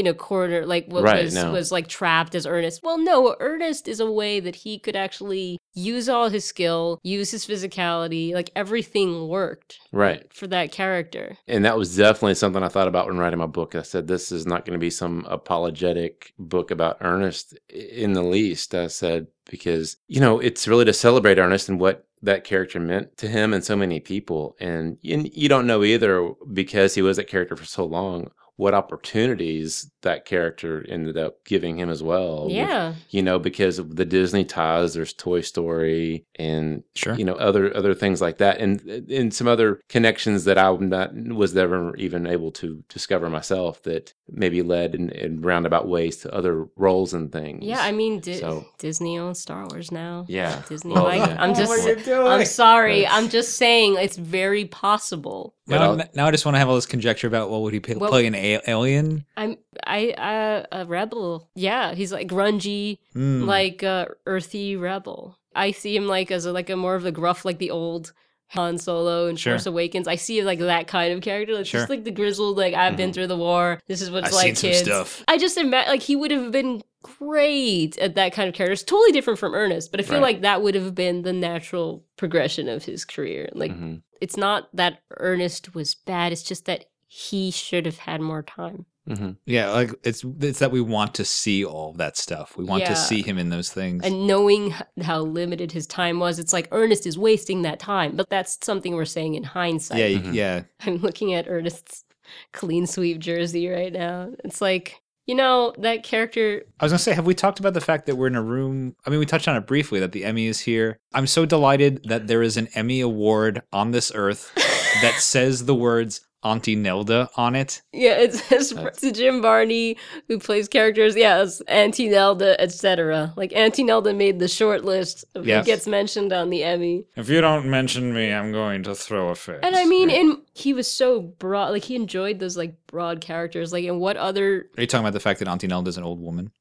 in a corner like what
Right,
was
no.
was like trapped as ernest well no ernest is a way that he could actually use all his skill use his physicality like everything worked
Right.
for that character
And that was definitely something I thought about when writing my book. I said, this is not going to be some apologetic book about Ernest i- in the least. I said, because, you know, it's really to celebrate Ernest and what that character meant to him and so many people. And you, you don't know either because he was that character for so long. What opportunities that character ended up giving him as well.
Oh,
with
yeah
you know, because of the Disney ties, there's Toy Story and
Sure.
you know other other things like that, and and some other connections that I would not was never even able to discover myself that maybe led in, in roundabout ways to other roles and things.
yeah i mean Di-
So-
disney owns star wars now
yeah,
disney
Well,
like
yeah.
i'm
Oh, what
just
you're
i'm sorry
Right.
i'm just saying it's very possible
Now,
Well-
now I just want to have all this conjecture about well, would he pay,
Well-
play an a- alien?
i'm i uh, a rebel yeah he's like grungy
Hmm.
like uh, earthy rebel. I see him like as a, like a more of the gruff, like the old Han Solo and
Sure.
Force Awakens. I see like that kind of character. It's
Sure. Mm-hmm.
just like the grizzled, like I've been
Mhm.
through the war. This is what it's
I've
like,
seen
kids.
some stuff.
I just imagine like he would have been great at that kind of character. It's totally different from Ernest, but I feel
Right.
like that would have been the natural progression of his career. Like
Mm-hmm.
Mhm.
it's not that Ernest was bad. It's just that he should have had more time.
Mhm.
Yeah, like it's it's that we want to see all that stuff. We want
Yeah.
to see him in those things.
And knowing h- how limited his time was, it's like Ernest is wasting that time. But that's something we're saying in hindsight.
yeah, you-
Mhm.
yeah.
I'm looking at Ernest's clean sweep jersey right now. It's like, you know, that character.
I was gonna say, have we talked about the fact that we're in a room? I mean, we touched on it briefly that the Emmy is here. I'm so delighted that there is an Emmy award on this earth that says the words Auntie Nelda on it.
Yeah, it says
That's-
to Jim Barney, who plays characters, yeah, it's Auntie Nelda, etc. Like, Auntie Nelda made the short list of
Yes.
who gets mentioned on the Emmy.
If you don't mention me, I'm going to throw a fit.
And I mean, in he was so broad, like, he enjoyed those, like, broad characters. Like, and what other.
Are you talking about the fact that Auntie Nelda is an old woman?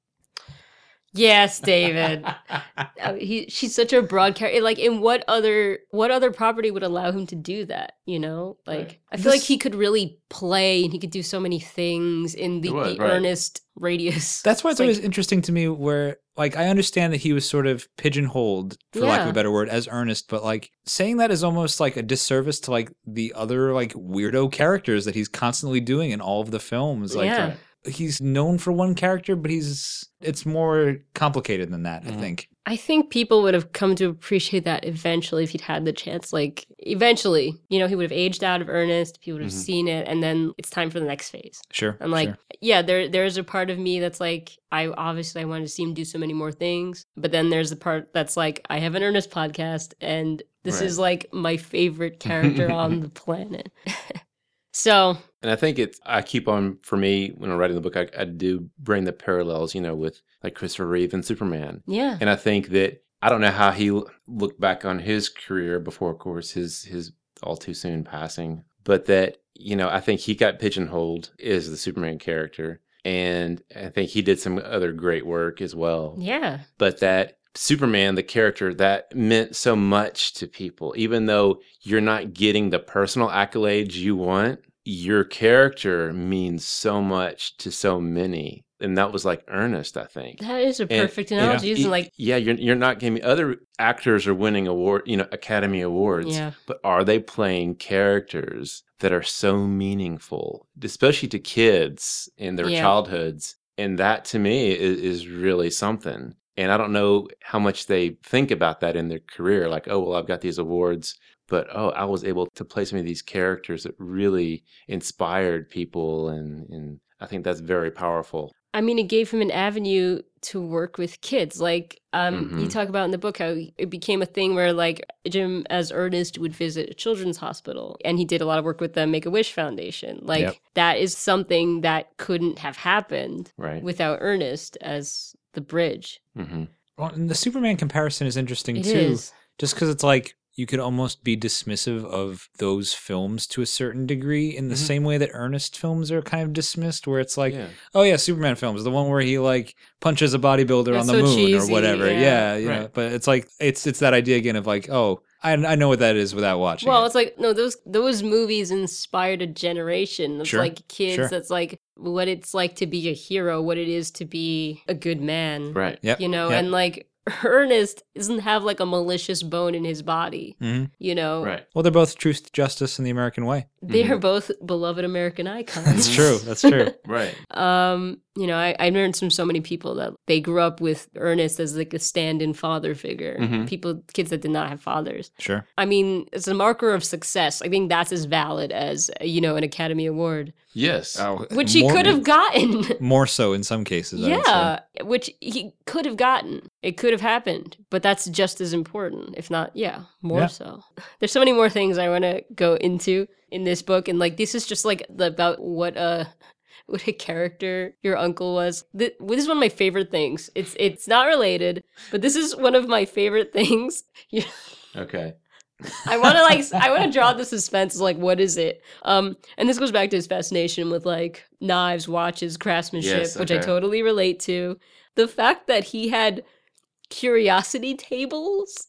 Yes, David. Uh, he she's such a broad character. Like in what other what other property would allow him to do that? You know, like
Right.
I feel like
This-
he could really play and he could do so many things in the,
He would,
the
right.
earnest radius.
That's why it's
Like-
always interesting to me where like I understand that he was sort of pigeonholed for lack of
Yeah.
a better word as Ernest, but like saying that is almost like a disservice to like the other like weirdo characters that he's constantly doing in all of the films. Like
yeah,
he's known for one character, but he's it's more complicated than that, I
Mhm.
think.
I think people would have come to appreciate that eventually if he'd had the chance. Like eventually, you know, he would have aged out of earnest. People would have
Mhm.
seen it, and then it's time for the next phase.
Sure.
I'm like,
sure.
yeah, there there is a part of me that's like, I obviously I wanted to see him do so many more things, but then there's the part that's like, I have an Ernest podcast, and this
Right.
is like my favorite character on the planet. so
And I think it's, I keep on, for me, when I'm writing the book, I, I do bring the parallels, you know, with like Christopher Reeve and Superman.
yeah,
And I think that, I don't know how he l- looked back on his career before, of course, his, his all too soon passing, but that, you know, I think he got pigeonholed as the Superman character. And I think he did some other great work as well.
yeah,
but that Superman, the character, that meant so much to people. Even though you're not getting the personal accolades you want, your character means so much to so many. And that was like earnest, I think.
that is a
And-
perfect
and
analogy.
y-
Isn't like,
yeah, e you're you're not getting other actors are winning award, you know, Academy Awards.
yeah,
But are they playing characters that are so meaningful, especially to kids in their
Yeah.
childhoods? And that to me is, is really something. And I don't know how much they think about that in their career. Like, oh, well, I've got these awards, but oh, I was able to play some of these characters that really inspired people. And, and I think that's very powerful.
I mean, it gave him an avenue to work with kids. Like um, you
Mm-hmm.
Mhm.
talk about in the book how it became a thing where like Jim, as Ernest, would visit a children's hospital, and he did a lot of work with the Make a Wish Foundation. Like
Yep.
that is something that couldn't have happened
Right.
without Ernest as the bridge.
mm-hmm.
Well, and the Superman comparison is interesting
It
too.
is.
just because it's like you could almost be dismissive of those films to a certain degree in the
Mhm.
same way that Ernest films are kind of dismissed where it's like
yeah.
oh yeah Superman films the one where he like punches a bodybuilder
That's
on the
so
moon
cheesy,
or whatever
yeah.
yeah, you know,
Right.
but it's like it's it's that idea again of like oh I, I know what that is without watching
Well,
it.
it's like no, those those movies inspired a generation of
Sure,
like kids.
sure.
That's like what it's like to be a hero, what it is to be a good man.
Right.
Yep,
you know,
yep.
and like Ernest doesn't have like a malicious bone in his body,
Mhm.
you know.
Right.
well they're both truth justice and the American way
They are both beloved American icons.
Mm-hmm. that's true that's true
Right.
Um, you know, I, I learned from so many people that they grew up with Ernest as like a stand-in father figure.
Mm-hmm.
Mhm.
People, kids that did not have fathers.
sure
I mean, it's a marker of success. I think that's as valid as you know an Academy Award,
Yes.
which he
Oh, more-
could have gotten.
more so in some cases I would say.
yeah, which he could have gotten. It could have happened, but that's just as important, if not, yeah, more
Yeah.
so. There's so many more things I want to go into in this book, and like this is just like the, about what a what a character your uncle was. Th- This is one of my favorite things. It's it's not related, but this is one of my favorite things.
Okay.
I want to like I want to draw the suspense. Like, what is it? Um, and this goes back to his fascination with like knives, watches, craftsmanship,
Yes,
which I
okay.
totally relate to. The fact that he had curiosity tables.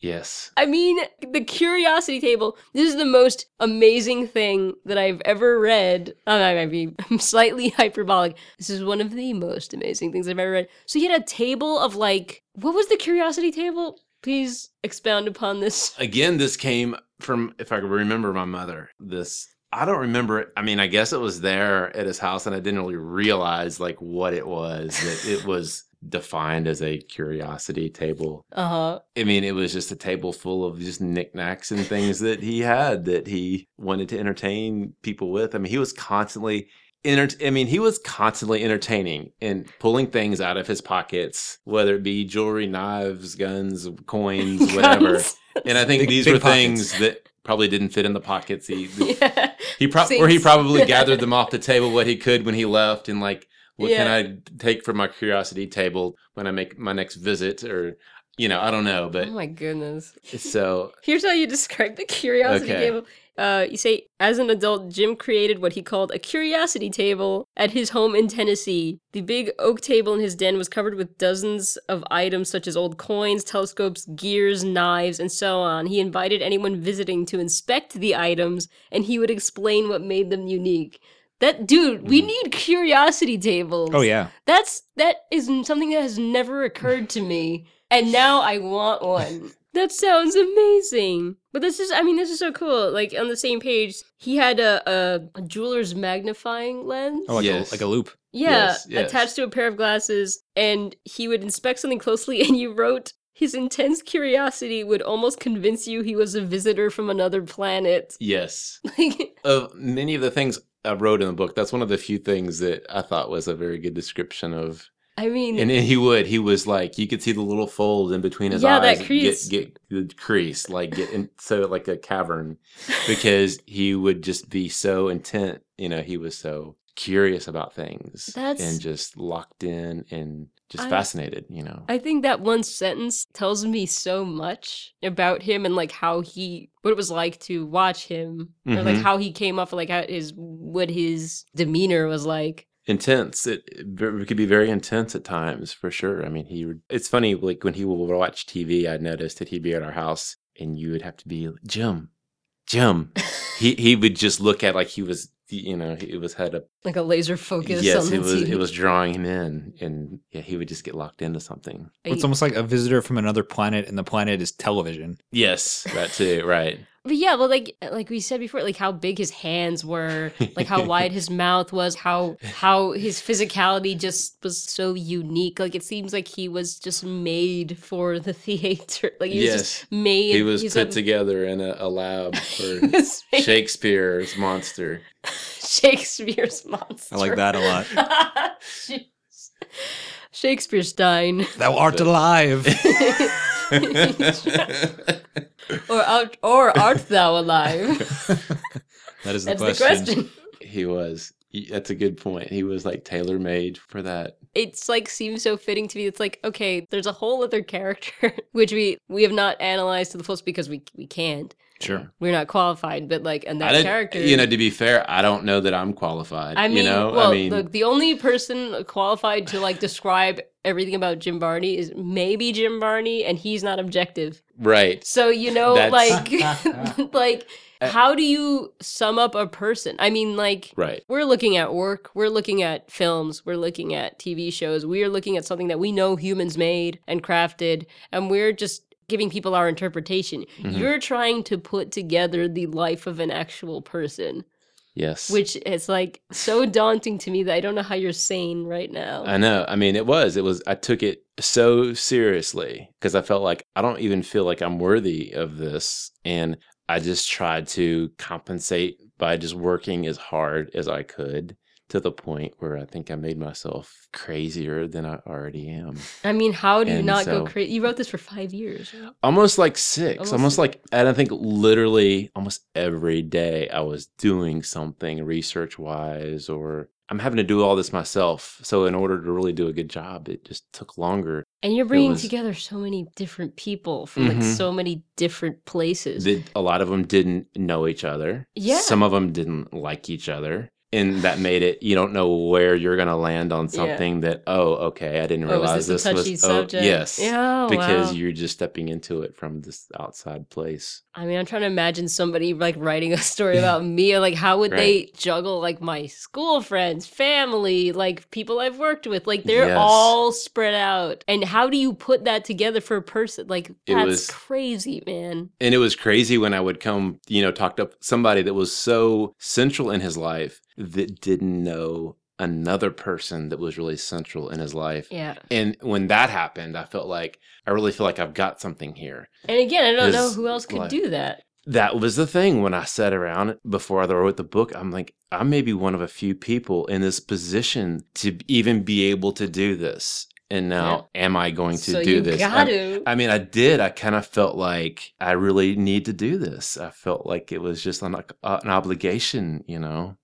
Yes.
I mean, the curiosity table. This is the most amazing thing that I've ever read. Oh, I might be slightly hyperbolic. This is one of the most amazing things I've ever read. So he had a table of like, what was the curiosity table? Please expound upon this.
again this came from if i remember my mother this I don't remember. it. I mean, I guess it was there at his house, and I didn't really realize like what it was. That it was defined as a curiosity table.
Uh huh.
I mean, it was just a table full of just knickknacks and things that he had that he wanted to entertain people with. I mean, he was constantly. Enter- I mean, he was constantly entertaining and pulling things out of his pockets, whether it be jewelry, knives, guns, coins, whatever.
Guns.
And I think
Big-
these
big
were
pockets.
things that probably didn't fit in the pockets. He
yeah.
he pro- or he
Sinks.
probably gathered them off the table what he could when he left, and like, what
Yeah.
can I take from my curiosity table when I make my next visit, or you know, I don't know. But
Oh my goodness.
so
Here's how you describe the curiosity
Okay.
table. Uh, you say, as an adult, Jim created what he called a curiosity table at his home in Tennessee. The big oak table in his den was covered with dozens of items such as old coins, telescopes, gears, knives, and so on. He invited anyone visiting to inspect the items, and he would explain what made them unique. That dude, we
Mhm.
need curiosity tables.
Oh yeah.
That's that is n- something that has never occurred to me, and now I want one. That sounds amazing. But this is, I mean, this is so cool. Like on the same page, he had a a, a jeweler's magnifying lens.
Oh, like,
Yes.
a, like a loop.
yeah,
yes, yes.
attached to a pair of glasses, and he would inspect something closely. And you wrote. His intense curiosity would almost convince you he was a visitor from another planet.
yes,
Like,
of many of the things I wrote in the book, that's one of the few things that I thought was a very good description of
I mean,
And, and he would. He was like, you could see the little fold in between his
Yeah, that
eyes.
crease.
Get, get the crease, like get in, so like a cavern, because he would just be so intent. You know, he was so curious about things
That's-
and just locked in and just
I-
fascinated. You know,
I think that one sentence tells me so much about him and like how he what it was like to watch him or like
Mhm.
how he came off like how his what his demeanor was like.
intense. It, it ver- it could be very intense at times, for sure. I mean, he. would- It's funny, like when he would watch TV, I noticed that he'd be at our house, and you would have to be Jim, Jim. he he would just look at like he was. You know, he was had a
Like a laser focus
yes,
on the
it was
TV.
it was drawing him in, and yeah, he would just get locked into something.
I-
It's almost like a visitor from another planet, and the planet is television.
Yes, that too, right?
But yeah, well like like we said before, like how big his hands were, like how wide his mouth was, how how his physicality just was so unique. Like it seems like he was just made for the theater. Like he was just
yes,
made
he was
he's
put
a-
together in a, a lab
he
for
was made-
Shakespeare's monster.
Shakespeare's monster.
I like that a lot.
that. Shakespeare's dying,
Thou art alive.
or art, or art thou alive?
That is the,
That's
question.
the question.
he was. he- That's a good point. He was like tailor made for that.
It's like seems so fitting to me. It's like okay, there's a whole other character which we we have not analyzed to the fullest because we we can't.
Sure.
We're not qualified, but like and
I
that
didn't-
character.
you know, to be fair, I don't know that I'm qualified.
I mean,
you know,
well,
I mean,
look, the only person qualified to like describe everything about Jim Barney is maybe Jim Barney, and he's not objective.
right?
So you know,
That's- Uh,
like, like how do you sum up a person? I mean, like
Right.
we're looking at work, we're looking at films, we're looking at TV shows, we are looking at something that we know humans made and crafted, and we're just giving people our interpretation.
Mhm.
You're trying to put together the life of an actual person,
Yes.
which is like so daunting to me that I don't know how you're sane right now.
I know. I mean, it was. It was. I took it so seriously because I felt like I don't even feel like I'm worthy of this, and I just tried to compensate by just working as hard as I could to the point where I think I made myself crazier than I already am.
I mean, how do you
And
not go
so-
crazy? You wrote this for five years.
Almost like six.
Almost
Almost, like and I think literally almost every day I was doing something research wise or. I'm having to do all this myself. So, in order to really do a good job, it just took longer
And you're bringing
was-
together so many different people from like
Mhm.
so many different places.
Did a lot of them didn't know each other.
Yeah.
Some of them didn't like each other. and that made it you don't know where you're going to land on something that oh okay i didn't
Or
realize
was this a
this
touchy
was
subject?
Oh, yes
Yeah,
because
wow.
you're just stepping into it from this outside place
I mean, I'm trying to imagine somebody like writing a story about me. Like, how would they juggle like my school friends, family, like people I've worked with? Like, they're
Yes.
all spread out. And how do you put that together for a person? Like,
It
that's
was-
crazy, man.
and it was crazy when i would come you know talk to somebody that was so central in his life that didn't know another person that was really central in his life
Yeah.
and when that happened i felt like i really feel like i've got something here
And again, I don't know
Is
who else could
like-
do that.
that was the thing when I sat around before I wrote the book. I'm like, I may be one of a few people in this position to even be able to do this. And now, am I going to
so
do
you
this?
got
I,
to.
I mean, I did. I kind of felt like I really need to do this. I felt like it was just an, an obligation, you know.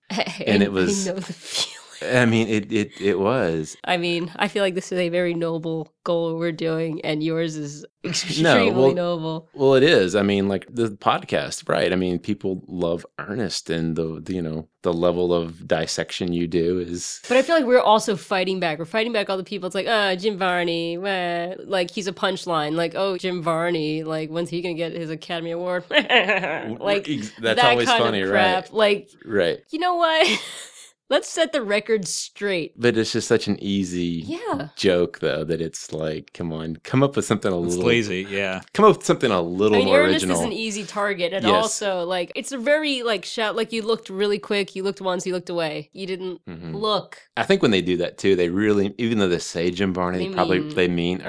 and it was-
I know the feeling.
I mean, it it it was.
I mean, I feel like this is a very noble goal we're doing, and yours is extremely
well,
noble.
Well, it is. I mean, like the podcast, right? I mean, people love Ernest, and the, the you know the level of dissection you do is
But I feel like we're also fighting back. We're fighting back all the people. It's like, oh, Jim Varney, meh. like he's a punchline. Like, oh, Jim Varney, like when's he gonna get his Academy Award? like
Ex- e, that's
that
always
kind
funny,
of crap. Like,
right? Right.
you know what? Let's set the record straight.
But it's just such an easy
Yeah.
joke, though, that it's like, come on, come up with something a
It's
little
lazy, yeah.
Come up with something a little
I mean,
more
Ernest
original.
is an e easy target, and
Yes.
also like it's a very like shout. Like you looked really quick. You looked once. You looked away. You didn't
Mhm.
look.
I think when they do that too, they really, even though they say Jim Barney, they,
They
probably
mean
they mean Ernest.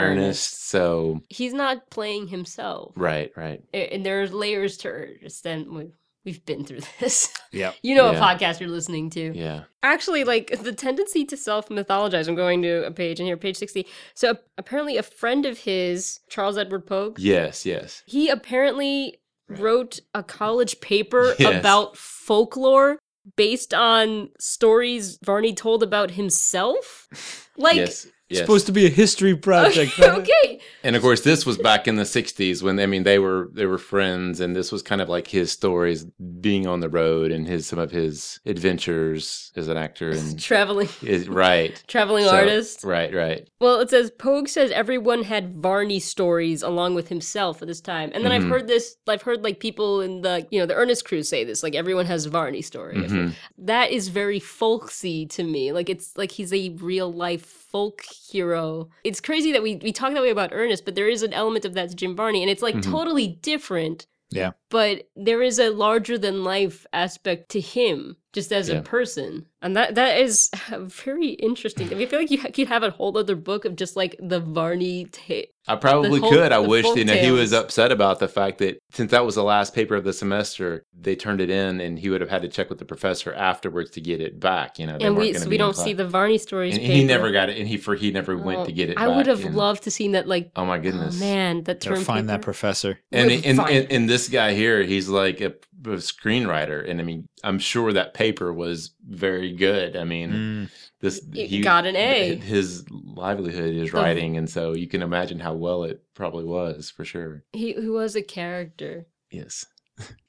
Ernest.
So
He's not playing himself.
right, right.
A- And there's layers to Ernest, and we- we've been through this.
Yep.
You know
Yeah.
what podcast you're listening to.
Yeah.
Actually, like the tendency to self mythologize. I'm going to a page in here, page 60. So ap- apparently, a friend of his, Charles Edward Pope,
Yes, yes.
he apparently wrote a college paper
Yes.
about folklore based on stories Varney told about himself. Like,
yes. Yes.
Supposed to be a history
okay,
project. right?
okay.
and of course, this was back in the '60s when I mean they were they were friends, and this was kind of like his stories, being on the road and his some of his adventures as an actor and
traveling.
is right.
Traveling
So-
artist.
Right, right.
Well, it says Pogue says everyone had Varney stories along with himself at this time, and then I've
Mhm.
heard this. I've heard like people in the you know the Ernest crew say this. Like everyone has Varney story.
Mhm.
That is very folksy to me. Like it's like he's a real life folk hero. It's crazy that we we talk that way about Ernest, but there is an element of that to Jim Varney, and it's like
Mhm.
totally different.
Yeah.
But there is a larger than life aspect to him, just as a
Yeah.
person, and that that is very interesting. I, mean, I feel like you ha- could have a whole other book of just like the Varney ta-
I probably
whole-
could. I
the
wish
folk
you know he was
tales.
upset about the fact that since that was the last paper of the semester, they turned it in, and he would have had to check with the professor afterwards to get it back. You know, they
and
weren't
we so
gonna be
we
in
don't
class.
see the Varney stories.
And he
paper.
never got it, and he for he never went to
Oh,
get it.
I
back,
would have
and-
loved to seen that like.
Oh my
Oh,
goodness,
man, that
Gotta
term
find that
paper.
professor.
And,
We're
and,
fine.
and and this guy here, he's like a, a screenwriter, and I mean, I'm sure that paper was very good. I mean,
Mm.
this
It got an A.
th- His livelihood is
The-
writing, and so you can imagine how well it probably was for sure.
He who was a character.
Yes.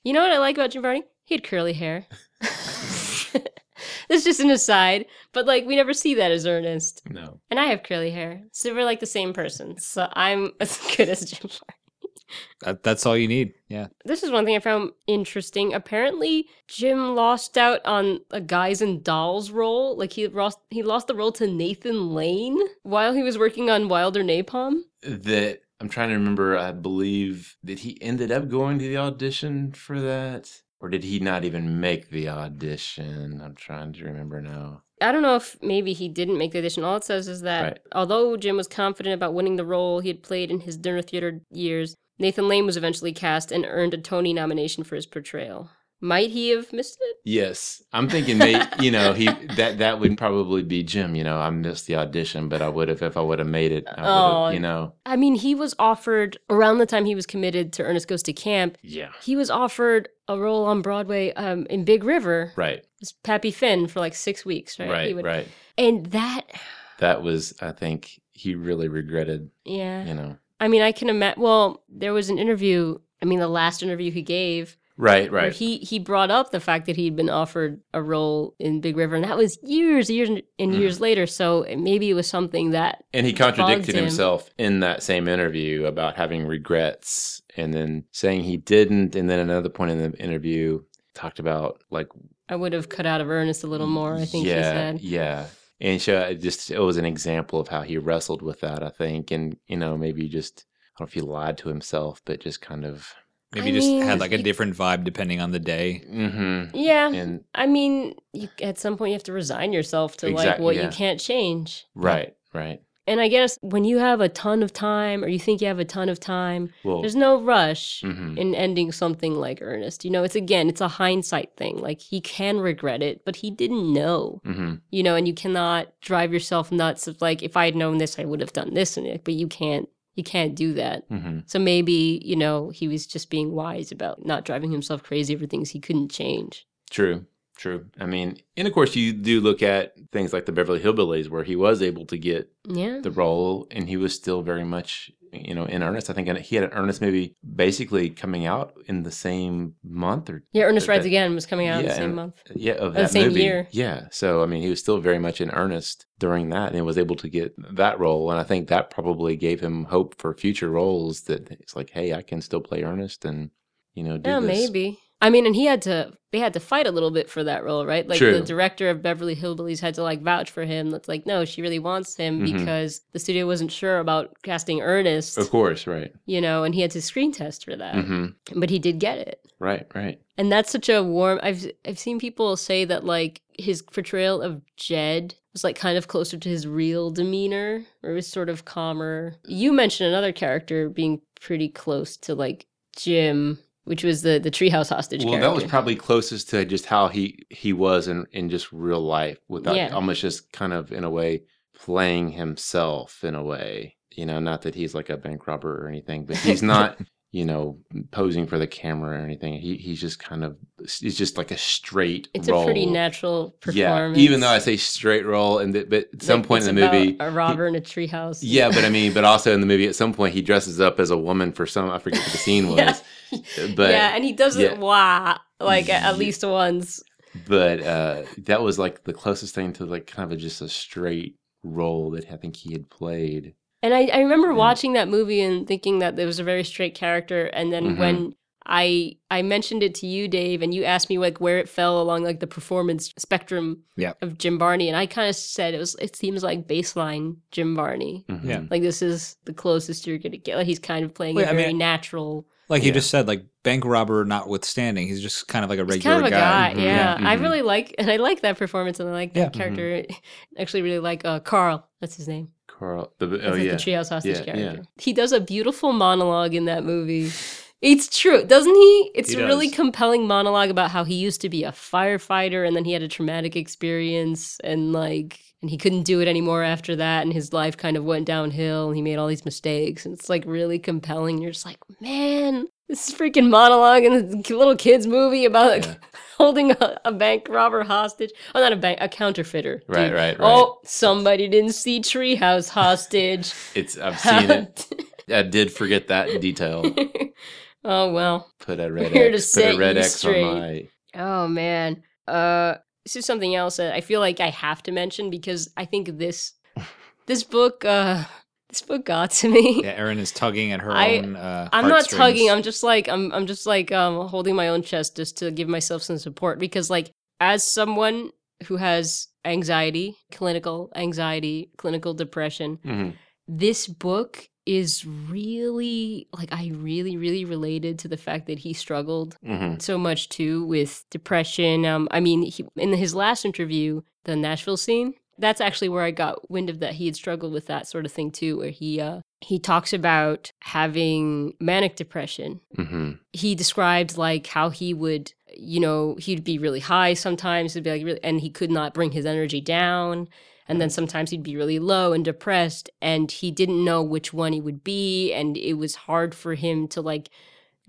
You know what I like about Jim Varney? He had curly hair. That's just an aside, but like we never see that as Ernest.
No.
And I have curly hair, so we're like the same person. So I'm as good as Jim Varney.
That, that's all you need. Yeah.
This is one thing I found interesting. Apparently, Jim lost out on a Guys and Dolls role. Like he lost, he lost the role to Nathan Lane while he was working on Wilder Napalm.
That I'm trying to remember. I believe that he ended up going to the audition for that, or did he not even make the audition? I'm trying to remember now.
I don't know if maybe he didn't make the audition. All it says is that
Right.
although Jim was confident about winning the role he had played in his dinner theater years, Nathan Lane was eventually cast and earned a Tony nomination for his portrayal. Might he have missed it?
Yes, I'm thinking may you know he that that would probably be Jim. You know, I missed the audition, but I would have if I would have made it. I would
Oh.
have, you know.
I mean, he was offered around the time he was committed to Ernest Goes to Camp.
Yeah.
He was offered a role on Broadway um, in Big River.
Right.
It's Pappy Finn for like six weeks, right?
Right.
He
Right.
would- And that,
That was, I think, he really regretted.
yeah.
You know.
I mean, I can imagine. Well, there was an interview. I mean, the last interview he gave
Right,
where
right.
he he brought up the fact that he'd been offered a role in Big River, and that was years, years, and- and
Mhm.
years later. So eh, maybe it was something that
and he
bugged
contradicted
him.
himself in that same interview about having regrets and then saying he didn't. And then another point in the interview talked about like
I would have cut out of Ernest a little more. I think
Mm, yeah,
he said.
Yeah. And so it just it was an example of how he wrestled with that, I think. And, you know, maybe just I don't know if he lied to himself, but just kind of
Maybe
I
just
mean,
had like a
you-
different vibe depending on the day.
mm-hmm.
Yeah,
and
I mean, you, at some point you have to resign yourself to like
Exact-
what you
yeah.
can't change.
right, right.
And I guess when you have a ton of time, or you think you have a ton of time,
Well
there's no rush
mhm.
in ending something like Ernest. You know, it's again, it's a hindsight thing. Like he can regret it, but he didn't know.
Mhm.
You know, and you cannot drive yourself nuts of like, if I had known this, I would have done this and it. But you can't, you can't do that.
Mhm.
So maybe, you know, he was just being wise about not driving himself crazy over things he couldn't change.
True. True. I mean, and of course you do look at things like the Beverly Hillbillies where he was able to get
Yeah.
the role and he was still very much you know in earnest i think he had an earnest movie basically coming out in the same month or
Yeah, Ernest
that-
Rides Again was coming out in the
yeah,
same
and-
month.
yeah of
The
that
Oh, same
movie
year.
yeah so i mean he was still very much in earnest during that and was able to get that role and i think that probably gave him hope for future roles that it's like hey i can still play earnest and you know do
Yeah,
this.
maybe. I mean, and he had to, they had to fight a little bit for that role, right? Like the
True.
director of Beverly Hillbillies had to like vouch for him. That's like, no, she really wants him
Mhm.
because the studio wasn't sure about casting Ernest,
of course right
you know, and he had to screen test for that.
hmm
But he did get it.
right right
And that's such a warm. I've I've seen people say that like his portrayal of Jed was like kind of closer to his real demeanor, or it was sort of calmer. You mentioned another character being pretty close to like Jim, which was the the treehouse hostage.
well
character.
that was probably closest to just how he he was in in just real life without
Yeah.
almost just kind of in a way playing himself in a way you know not that he's like a bank robber or anything but he's not you know posing for the camera or anything he he's just kind of he's just like a straight
It's
role.
a pretty natural
yeah
performance.
even though i say straight role and th- but at some
Like,
point in
it's
the movie
about a robber in a treehouse.
yeah but i mean but also in the movie at some point he dresses up as a woman for some i forget what the scene was
Yeah.
but
yeah, and he does
yeah.
it wah like at, at
Ye-
least once.
but uh, that was like the closest thing to like kind of a, just a straight role that I think he had played.
And I, I remember
Yeah.
watching that movie and thinking that it was a very straight character. And then
Mm-hmm.
Mhm.
when I I mentioned it to you, Dave, and you asked me like where it fell along like the performance spectrum
Yeah.
of Jim Barney, and I kind of said it was it seems like baseline Jim Barney.
Yeah.
Like this is the closest you're gonna get. Like he's kind of playing
Wait,
a
I mean-
very natural.
Like you
Yeah.
just said, like bank robber notwithstanding, he's just kind of like a
He's
regular Mm-hmm.
kind of a guy,
Mhm.
yeah.
Yeah.
I
Mhm.
really like and I like that performance and I like that
Yeah. Mhm.
character. Actually, really like uh, Carl. That's his name.
Carl. The,
That's
oh
like
yeah.
the treehouse hostage
Yeah, yeah.
character. He does a beautiful monologue in that movie. It's true, doesn't he? It's
He
a really
does.
compelling monologue about how he used to be a firefighter and then he had a traumatic experience and like and he couldn't do it anymore after that and his life kind of went downhill and he made all these mistakes and it's like really compelling. You're just like, man, this is freaking monologue in a little kids movie about like,
Yeah.
holding a, a bank robber hostage. Oh, not a bank, a counterfeiter. dude.
Right, right, right.
Oh, somebody didn't see Treehouse hostage.
It's I've seen it. I did forget that detail.
oh well.
Put a red
Here to
X. Put
set
a red
you
X
straight.
on my.
Oh man. Uh, this is something else that I feel like I have to mention because I think this this book uh this book got to me.
Yeah, Erin is tugging at her
I-
own. Uh,
I'm not
heartstrings.
tugging. I'm just like I'm. I'm just like um, holding my own chest just to give myself some support because, like, as someone who has anxiety, clinical anxiety, clinical depression,
Mhm.
this book is really like I really really related to the fact that he struggled
Mhm.
so much too with depression. Um, I mean, he, in his last interview, the Nashville scene, that's actually where I got wind of that he had struggled with that sort of thing too, where he uh, he talks about having manic depression
Mhm.
he described like how he would you know he'd be really high sometimes it'd be like really, and he could not bring his energy down and then sometimes he'd be really low and depressed and he didn't know which one he would be and it was hard for him to like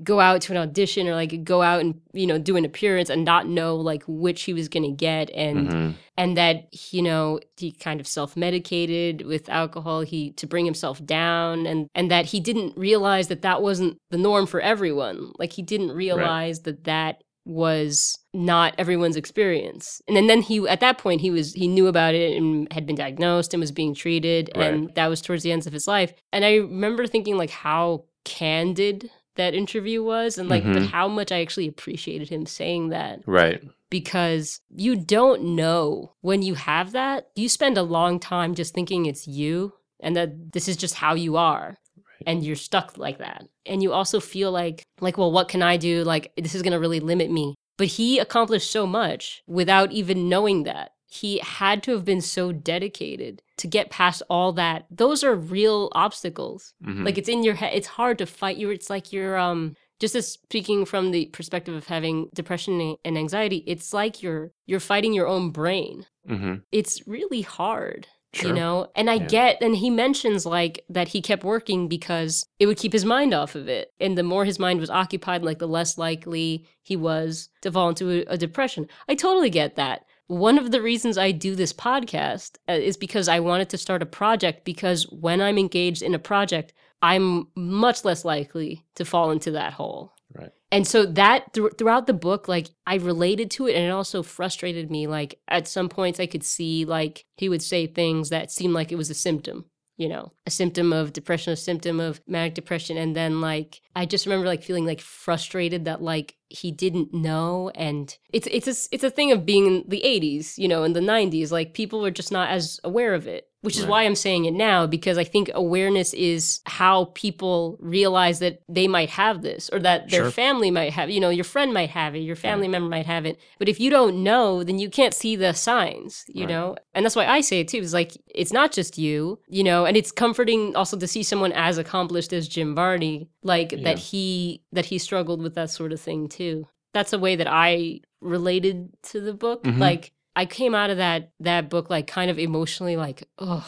go out to an audition or like go out and you know do an appearance and not know like which he was going to get and
Mhm.
and that you know he kind of self-medicated with alcohol he to bring himself down and and that he didn't realize that that wasn't the norm for everyone like he didn't realize that that was not everyone's experience and then, then he at that point he was he knew about it and had been diagnosed and was being treated and that was towards the ends of his life and i remember thinking like how candid that interview was and like but
Mhm.
how much i actually appreciated him saying that
Right.
because you don't know when you have that. You spend a long time just thinking it's you and that this is just how you are and you're stuck like that. And you also feel like like well what can I do? Like this is going to really limit me. But he accomplished so much without even knowing that. He had to have been so dedicated to get past all that. Those are real obstacles
Mhm.
like it's in your head it's hard to fight you it's like you're um just as speaking from the perspective of having depression a- and anxiety it's like you're you're fighting your own brain
Mhm.
it's really hard
Sure.
you know and i
Yeah.
get and he mentions like that he kept working because it would keep his mind off of it and the more his mind was occupied like the less likely he was to fall into a, a depression i totally get that one of the reasons i do this podcast uh, is because i wanted to start a project because when i'm engaged in a project i'm much less likely to fall into that hole
Right.
and so that thr- throughout the book like i related to it and it also frustrated me like at some points i could see like he would say things that seemed like it was a symptom you know a symptom of depression a symptom of manic depression and then like i just remember like feeling like frustrated that like he didn't know and it's it's a, s- it's a thing of being in the 80s you know in the 90s like people are just not as aware of it which is
Right.
why I'm saying it now because I think awareness is how people realize that they might have this or that their
Sure.
family might have, you know, your friend might have it, your family member might have it. But if you don't know, then you can't see the signs, you
Right.
know? And that's why I say it too. It's like, it's not just you, you know, and it's comforting also to see someone as accomplished as Jim Varney, like
Yeah.
that he, that he struggled with that sort of thing too. That's a way that I related to the book.
Mhm.
Like I came out of that, that book, like kind of emotionally like, oh,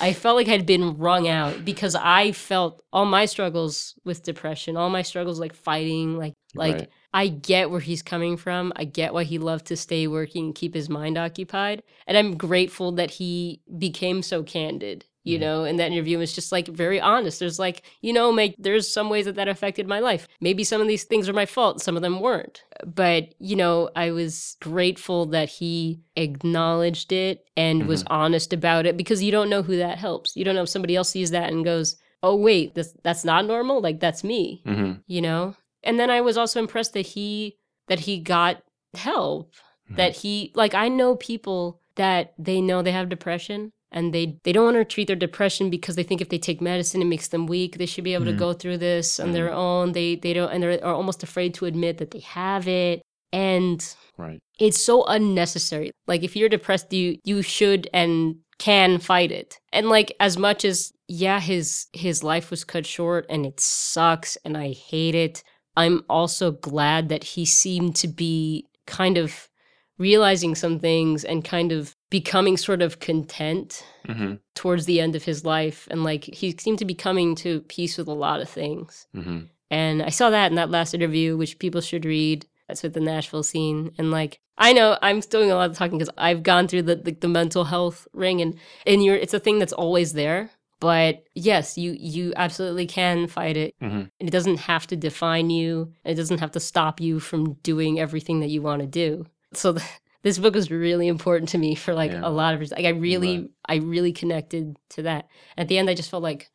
I felt like I'd been wrung out because I felt all my struggles with depression, all my struggles like fighting, like like
Right.
I get where he's coming from. I get why he loved to stay working and keep his mind occupied. And I'm grateful that he became so candid, you know, and that interview was just like very honest. There's like, you know, make there's some ways that that affected my life. Maybe some of these things are my fault, some of them weren't. But, you know, I was grateful that he acknowledged it and was honest about it because you don't know who that helps. You don't know if somebody else sees that and goes, "Oh wait, this, that's not normal. Like that's me."
Mhm.
you know and then i was also impressed that he that he got help that he like i know people that they know they have depression and they they don't want to treat their depression because they think if they take medicine it makes them weak they should be able
Mhm.
to go through this on their own they they don't and they're are almost afraid to admit that they have it and
Right.
it's so unnecessary like if you're depressed you you should and can fight it and like as much as yeah his his life was cut short and it sucks and i hate it i'm also glad that he seemed to be kind of realizing some things and kind of becoming sort of content
Mhm.
towards the end of his life and like he seemed to be coming to peace with a lot of things
Mhm.
and I saw that in that last interview, which people should read. That's with the Nashville scene. And like, I know I'm still doing a lot of talking because I've gone through the, the the mental health ring, and and you're it's a thing that's always there. But yes, you you absolutely can fight it,
Mhm.
and it doesn't have to define you, and it doesn't have to stop you from doing everything that you want to do. So. th- this book was really important to me for like
Yeah.
a lot of reasons. Like I really,
Right.
I really connected to that. At the end, I just felt like,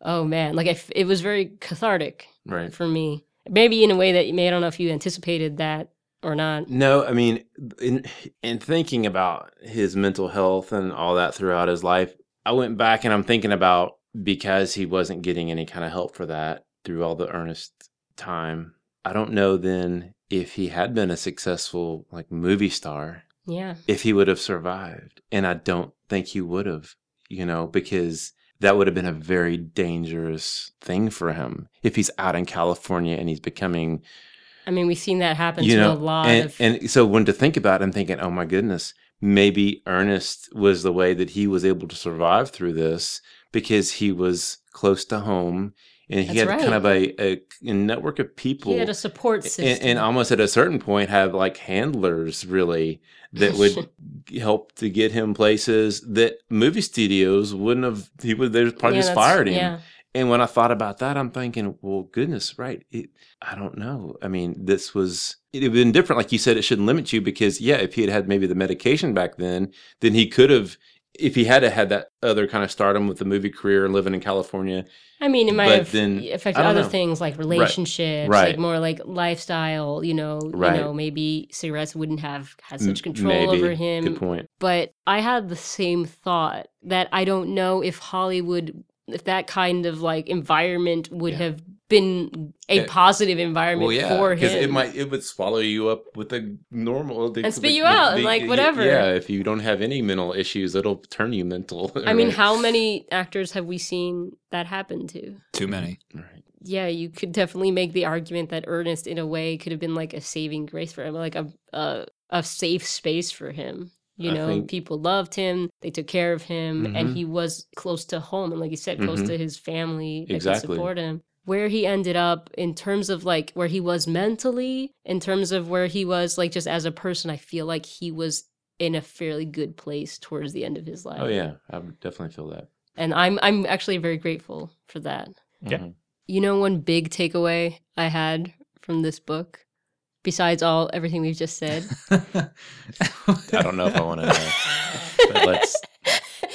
oh man, like I f it was very cathartic
Right.
for me. Maybe in a way that you may, I don't know if you anticipated that or not.
No, I mean, in in thinking about his mental health and all that throughout his life, I went back and I'm thinking about because he wasn't getting any kind of help for that through all the earnest time. I don't know then if he had been a successful like movie star,
Yeah.
if he would have survived, and I don't think he would have, you know, because that would have been a very dangerous thing for him if he's out in California and he's becoming
I mean, we've seen that happen to a lot
and,
of.
and so when to think about it, I'm thinking, oh my goodness, maybe Ernest was the way that he was able to survive through this
because he was close to home and he
That's
had
right.
kind of a, a, a network of people
He had a support
a-
system.
and, and almost at a certain point have like handlers really that would g- help to get him places that movie studios wouldn't have he would they probably
Yeah, that's-
just fired him
Yeah.
and when i thought about that i'm thinking well goodness right it, i don't know i mean this was it would have been different like you said it shouldn't limit you because yeah if he had had maybe the medication back then then he could have if he had had that other kind of stardom with the movie career and living in california
I mean, it might
But
have
then-
affected
I don't
other
know.
things like relationships, like
Right.
more like lifestyle. You know,
Right.
you know, maybe cigarettes wouldn't have had such
m-
control
maybe.
over him.
good point
But I had the same thought that I don't know if Hollywood, if that kind of like environment would
Yeah.
have been a
Yeah.
positive environment
well, yeah,
for
'cause
him.
It might it would swallow you up with a normal the,
And spit
the-
you
the-
out,
the-
like,
y-
whatever.
Yeah, if you don't have any mental issues, it'll turn you mental.
I mean, how many actors have we seen that happen to?
Too many.
Right.
yeah, you could definitely make the argument that Ernest, in a way, could have been like a saving grace for him, like a a, a safe space for him. You
I
know,
think-
people loved him; they took care of him, and
Mhm.
he was close to home, and like you said, close
Mhm.
to his family that could
Exactly.
support him. Where he ended up in terms of like where he was mentally, in terms of where he was like just as a person, I feel like he was in a fairly good place towards the end of his life.
Oh yeah, I would definitely feel that.
and I'm I'm actually very grateful for that.
Yeah.
Mhm.
You know, one big takeaway I had from this book, besides all everything we've just said,
I
I don't know if I want to know. But let's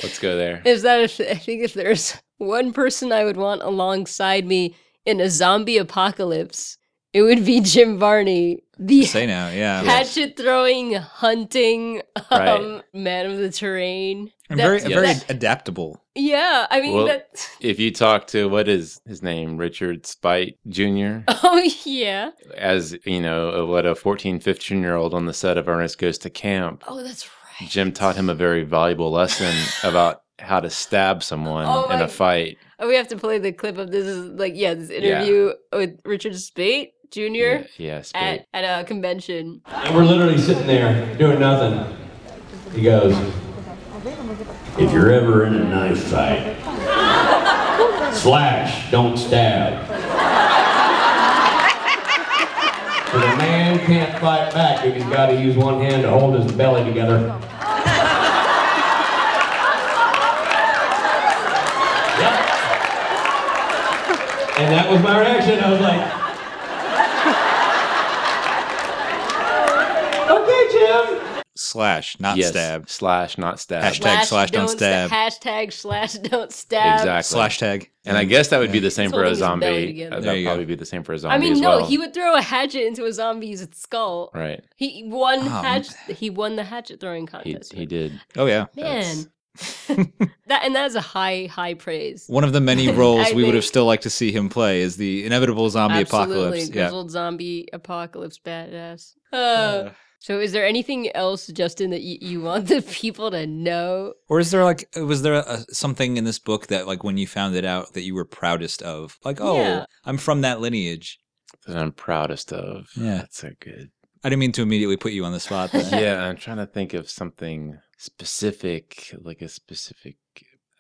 let's go there.
is that if, I think if there's one person I would want alongside me in a zombie apocalypse, it would be Jim Varney, the
Say now, yeah.
hatchet throwing, hunting um,
Right.
man of the terrain.
And very,
That-
very
that-
adaptable.
yeah, I mean
Well-
that.
If you talk to what is his name, Richard Spite Jr.
Oh yeah.
as you know, uh, what a 14, 15 year old on the set of Ernest Goes to Camp,
Oh, that's right.
Jim taught him a very valuable lesson about how to stab someone
Oh
in
my-
a fight.
Oh, we have to play the clip of this is like yeah, this interview with Richard Spate Jr.
Yeah, yeah, Spate.
at, at a convention.
And we're literally sitting there doing nothing. He goes, If you're ever in a knife fight, slash, don't stab. But a man can't fight back if he's got to use one hand to hold his belly together. Yep. And that was my reaction. I was like, okay, Jim.
Slash, not
yes,
stab.
slash not stab.
Hashtag slash don't
sta-
stab.
Hashtag slash don't stab.
Exactly.
Slash tag.
And I guess that would be the same
He's
for
holding
a
his belly
zombie.
together.
Uh,
There
That
you
would
go.
probably be the same for a zombie.
I mean,
as
no,
well.
he would throw a hatchet into a zombie's skull.
Right. Um,
He won
Oh,
hatch. He won the hatchet throwing
He,
contest.
he did.
Oh, yeah.
Man, that and that is a high high praise.
One of the many
I
roles we would have
think-
still liked to see him play is the inevitable zombie
Absolutely,
apocalypse. Yeah.
grizzled zombie apocalypse badass. Uh,
Uh,
so, is there anything else, Justin, that you, you want the people to know?
Or is there like was there a, something in this book that like when you found it out that you were proudest of? Like, oh,
Yeah.
I'm from that lineage.
That I'm proudest of.
Yeah.
That's so good.
I didn't mean to immediately put you on the spot. But
yeah, I'm trying to think of something specific, like a specific.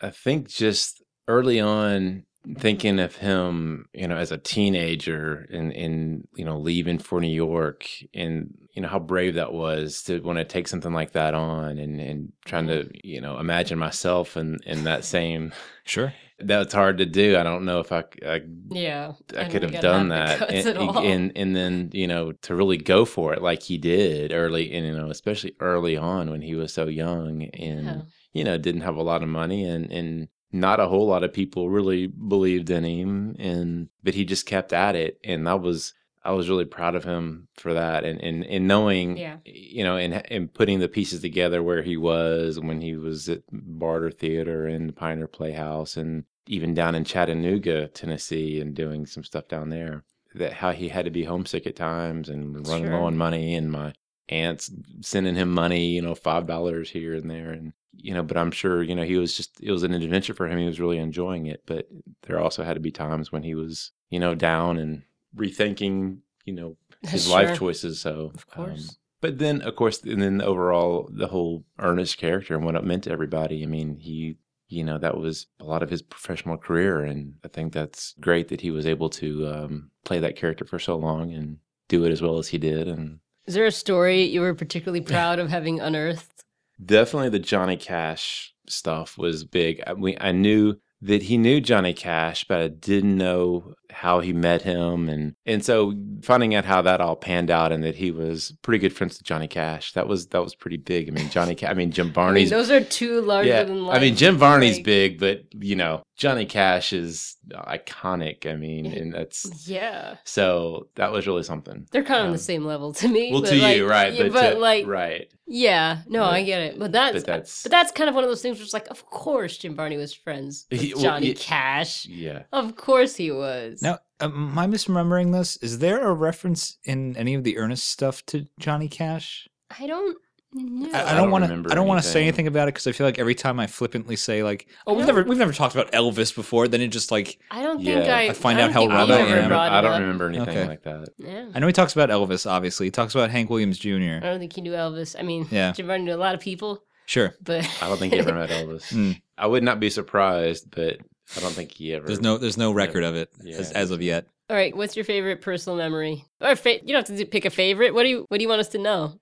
I think just early on, thinking of him, you know, as a teenager and and you know leaving for New York, and you know how brave that was to want to take something like that on, and and trying to you know imagine myself in in that same.
sure.
That's hard to do. I don't know if I, c- I
Yeah,
I
don't
could
think
have
I'd
done
have the
that,
guts
and,
at all.
and and then you know to really go for it like he did early, and you know especially early on when he was so young and
Yeah.
you know didn't have a lot of money and and not a whole lot of people really believed in him, and but he just kept at it, and that was I was really proud of him for that, and and and knowing
Yeah.
you know and and putting the pieces together where he was when he was at Barter Theater and Pioneer Playhouse and even down in Chattanooga, Tennessee, and doing some stuff down there. That how he had to be homesick at times and running
Sure.
low on money, and my aunts sending him money, you know, five dollars here and there, and you know. But I'm sure you know he was just it was an adventure for him. He was really enjoying it, but there also had to be times when he was you know down and rethinking you know his
Sure.
life um, choices. So
Of course.
but then, of course, and then overall, the whole Ernest character and what it meant to everybody. I mean, he you know that was a lot of his professional career and i think that's great that he was able to um, play that character for so long and do it as well as he did and
Is there a story you were particularly proud of having unearthed?
definitely the johnny cash stuff was big i, we, I knew that he knew Johnny Cash, but I didn't know how he met him, and and so finding out how that all panned out, and that he was pretty good friends with Johnny Cash, that was that was pretty big. I mean, Johnny, Ca- I mean Jim
I mean,
Barney's
those are two larger than life.
I mean, Jim Varney's
like-
big, but you know, Johnny Cash is iconic. I mean, and that's
Yeah.
so that was really something.
They're kind of on
Um,
the same level to me.
Well,
but
to
like-
you, right?
yeah, But,
to-
like,
right?
yeah, no,
Right.
I get it. But that's, uh,
But that's
but that's kind of one of those things where it's like, of course Jim Barney was friends with
He- well,
Johnny
yeah.
Cash.
yeah.
Of course he was.
Now, am I misremembering this? Is there a reference in any of the Ernest stuff to Johnny Cash?
I don't know.
I, I
I
don't
don't
want
remember
to. I don't want to say
anything.
anything about it because I feel like every time I flippantly say like, "Oh,
I
we've
don't-
never we've never talked about Elvis before," then it just like
I don't think
Yeah,
I,
I find
don't
out how
think
wrong
you
I
ever
am.
brought
I
it
don't
up.
remember anything
Okay.
like that.
Yeah.
I know he talks about Elvis. Obviously, he talks about Hank Williams Jr.
I don't think he knew Elvis. I mean,
Yeah.
Jim Barney knew a lot of people,
Sure,
but
I don't think he ever met Elvis.
Mm.
I would not be surprised, but I don't think he ever.
there's no there's no record of it
Yeah.
as, as of yet.
All right, what's your favorite personal memory? Or fa- you don't have to do- pick a favorite. What do you What do you want us to know?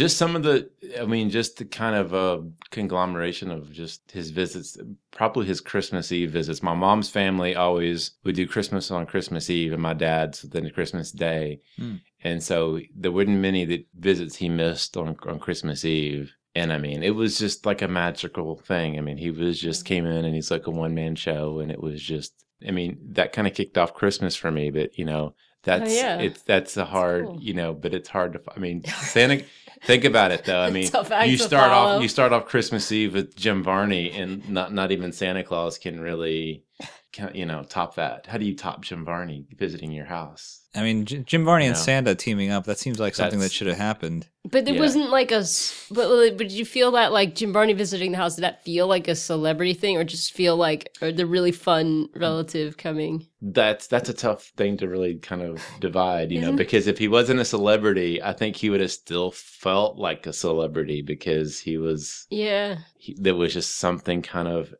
just some of the i mean just the kind of uh, conglomeration of just his visits probably his christmas eve visits my mom's family always would do christmas on christmas eve and my dad's then christmas day
Hmm.
and so there weren't many that visits he missed on, on christmas eve and i mean it was just like a magical thing i mean he was just came in and he's like a one-man show and it was just i mean that kind of kicked off christmas for me but you know that's
yeah.
it's that's a hard
cool.
you know but it's hard to f- i mean santa Think about it though. I mean,
Tough act
you
to
start
follow.
off you start off Christmas Eve with Jim Varney, and not not even Santa Claus can really, can, you know, top that. How do you top Jim Varney visiting your house?
I mean, J- Jim Varney and
Yeah.
Santa teaming up—that seems like something
That's-
that should have happened.
But it
Yeah.
wasn't like a. s- But, but did you feel that like Jim Barney visiting the house? Did that feel like a celebrity thing, or just feel like or the really fun relative coming?
That's that's a tough thing to really kind of divide, you know,
Isn't-
because if he wasn't a celebrity, I think he would have still felt like a celebrity because he was
Yeah,
he, there was just something kind of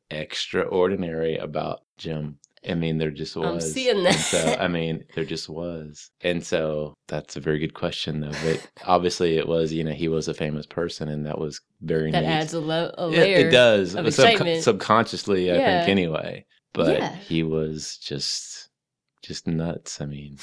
extraordinary about Jim. I mean, there just was.
I'm seeing
And
that.
so, I mean, there just was. And so that's a very good question, though. But obviously, it was, you know, he was a famous person, and that was very
that
neat.
adds a, lo- a
It-
layer.
It, does.
of
Subcon-
excitement.
subconsciously, I
Yeah.
think, anyway. But
Yeah.
he was just. Just nuts. I mean,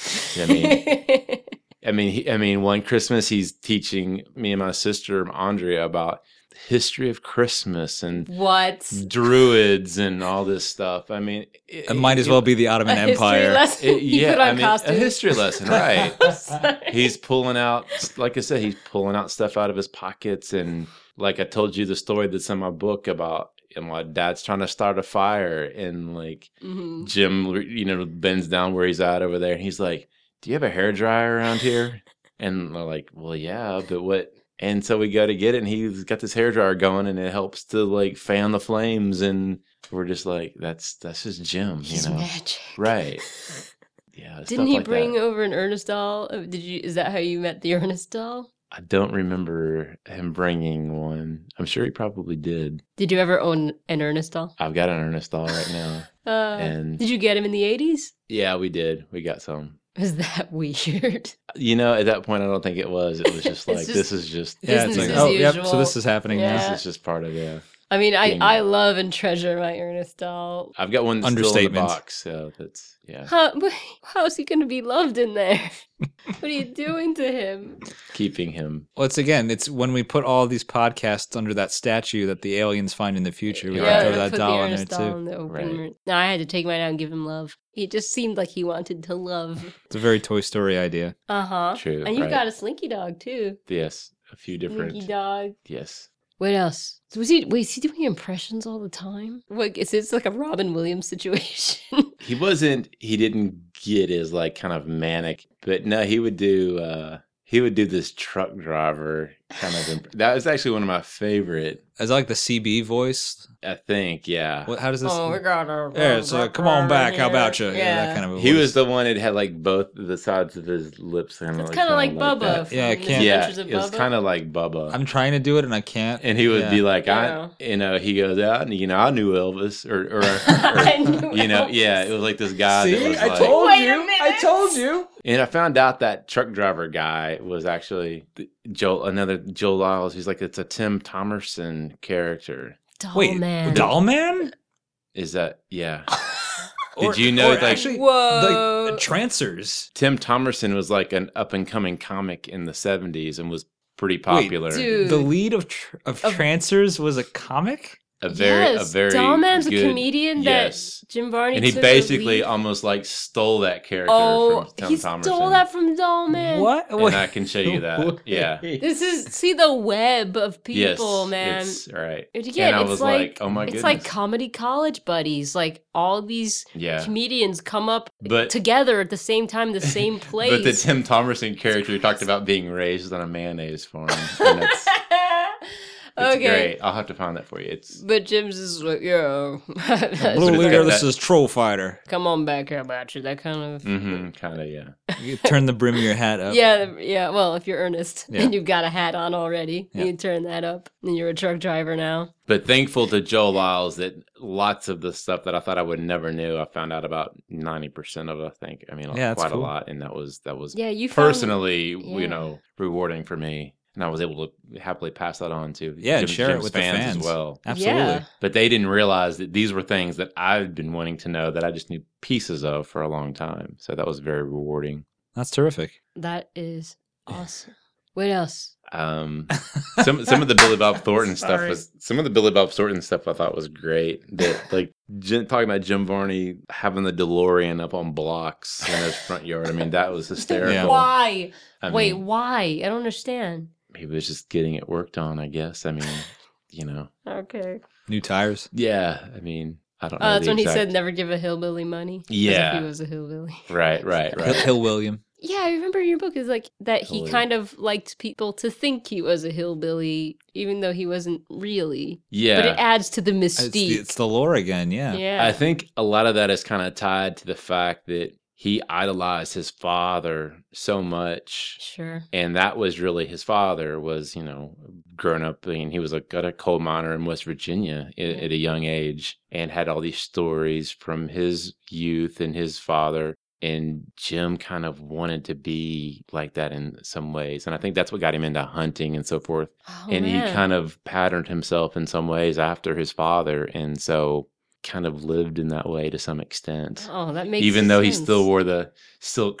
I mean, I mean, he, I mean, one Christmas he's teaching me and my sister Andrea about the history of Christmas and
what
druids and all this stuff. I mean,
It might as well be the
a
Ottoman
history
Empire.
lesson?
it-
He
yeah,
put on
I mean,
costumes.
a history lesson, right?
I'm sorry.
he's pulling out, like I said, he's pulling out stuff out of his pockets, and like I told you the story that's in my book about. And my dad's trying to start a fire, and like
Mhm.
Jim, you know, bends down where he's at over there, and he's like, "Do you have a hair dryer around here?" And they're like, "Well, yeah, but what?" And so we go to get it, and he's got this hair dryer going, and it helps to like fan the flames, and we're just like, "That's that's just Jim,
He's
you know."
magic.
Right. Yeah. stuff
Didn't he
like that.
bring over an Ernest doll? Uh, Did you? Is that how you met the Ernest doll?
I don't remember him bringing one. I'm sure he probably did.
Did you ever own an Ernest doll?
I've got an Ernest doll right now.
Uh,
And-
did you get him in the eighties?
yeah, we did. We got some.
Was that weird?
You know, at that point, I don't think it was. It was
It's
just like
just-
this is just
Yeah, it's
Business
like,
as
oh, yep. So
usual.
this is happening
Yeah.
now.
this is just part of it.
I mean, I,
Being-
I love and treasure my Ernest doll.
I've got one that's still in the
Understatement.
box. So that's yeah.
How, how's he gonna be loved in there? what are you doing to him?
Keeping him.
Well, it's again, it's when we put all these podcasts under that statue that the aliens find in the future. We
Yeah,
can
Yeah,
throw that
put
doll
the
in there
Ernest doll
too.
in the open
Right.
room. No, I had to take mine out and give him love. He just seemed like he wanted to love.
It's a very Toy Story idea.
Uh huh.
True,
And you
right.
got a Slinky dog too.
Yes, a few different.
Slinky dog.
Yes.
What else? So Was he? Wait, is he doing impressions all the time? Like, is this like a Robin Williams situation?
he wasn't he didn't get as like kind of manic but no he would do uh he would do this truck driver kind of imp- that was actually one of my favorite.
Is that like the CB voice?
I think, yeah.
What? How does this?
Oh, we got our.
yeah, it's like, come on back. How about you? Yeah, that kind of. A
He
voice.
was the one that had like both the sides of his lips.
It's kind of like Bubba.
Yeah, I
from
can't-
Yeah,
Adventures of
it was
Bubba.
kind of like Bubba.
I'm trying to do it and I can't.
and he would
Yeah.
be like,
Yeah.
I, you know, he goes out and you know, I knew Elvis or, or,
I
or
knew
you know,
Elvis.
yeah, it was like this guy. that was like,
Wait a minute. I told
you.
And I found out that truck driver guy was actually th- Joel, another Joel Lyles. He's like, it's a Tim Thomerson character.
Doll
Wait,
man.
doll man?
Is that, yeah. Did
Or-
you know,
or
like-
actually,
Whoa.
like trancers?
Tim Thomerson was like an up and coming comic in the 70s and was pretty popular.
Dude.
The lead of tr- of,
Of-
trancers was a comic.
a very,
yes.
a very.
Doll man's a
good-
comedian that
Yes.
Jim Varney
And he
took the
basically
lead.
almost like stole that character
Oh,
from Tim
he
Thomerson.
stole that from Doll Man.
What?
and I can show you that. Yeah.
This is see the web of people, man.
It's, right.
And again,
and I
it's
was
like,
oh my
it's
goodness.
like comedy college buddies. Like all these
yeah.
comedians come up
But
together at the same time, the same place.
but the Tim Thomerson character talked about being raised on a mayonnaise farm. And that's, it's
okay.
great. I'll have to find that for you. It's
But Jim's is like, yo,
Blue
it's
leader,
got
this
that-
is troll fighter.
come on back here about you. That kind of.
hmm kind of yeah.
You turn the brim of your hat up.
Yeah, yeah. Well, if you're earnest
Yeah.
and you've got a hat on already,
Yeah.
you turn that up and you're a truck driver now.
But thankful to Joe Lyles that lots of the stuff that I thought I would never knew, I found out about ninety percent of. I think. I mean,
Yeah, that's
quite
cool.
a lot, and that was that was
Yeah, you found-
personally,
yeah.
you know, rewarding for me. And I was able to happily pass that on to
Yeah, and
Jim-
share it
Jim's
with the fans
as well.
Absolutely.
Yeah.
But they didn't realize that these were things that I've been wanting to know that I just knew pieces of for a long time. So that was very rewarding.
That's terrific.
That is awesome. What else?
Um, some some of the Billy Bob Thornton stuff
Sorry.
was some of the Billy Bob Thornton stuff I thought was great. That like Jim, talking about Jim Varney having the DeLorean up on blocks in his front yard. I mean that was hysterical.
Yeah.
Why?
I
Wait,
mean,
why? I don't understand.
he was just getting it worked on. I guess. I mean, you know.
Okay.
New tires.
Yeah. I mean, I don't know.
Uh, that's
the
when he
exact-
said never give a hillbilly money. as if
Yeah.
he was a hillbilly.
Right. Right.
Hill,
Right.
Hill William.
Yeah, I remember in your book is like that he
Totally.
kind of liked people to think he was a hillbilly, even though he wasn't really.
Yeah.
But it adds to the
It's
mystique.
the, it's the lore again. Yeah.
yeah.
I think a lot of that is kind of tied to the fact that he idolized his father so much.
sure.
And that was really his father was, you know, grown up. I mean, he was a, got a coal miner in West Virginia i-
Yeah.
at a young age and had all these stories from his youth and his father. And Jim kind of wanted to be like that in some ways. And I think that's what got him into hunting and so forth
Oh,
and he
man.
kind of patterned himself in some ways after his father and so kind of lived in that way to some extent
Oh, that makes
even though he
sense.
still wore the silk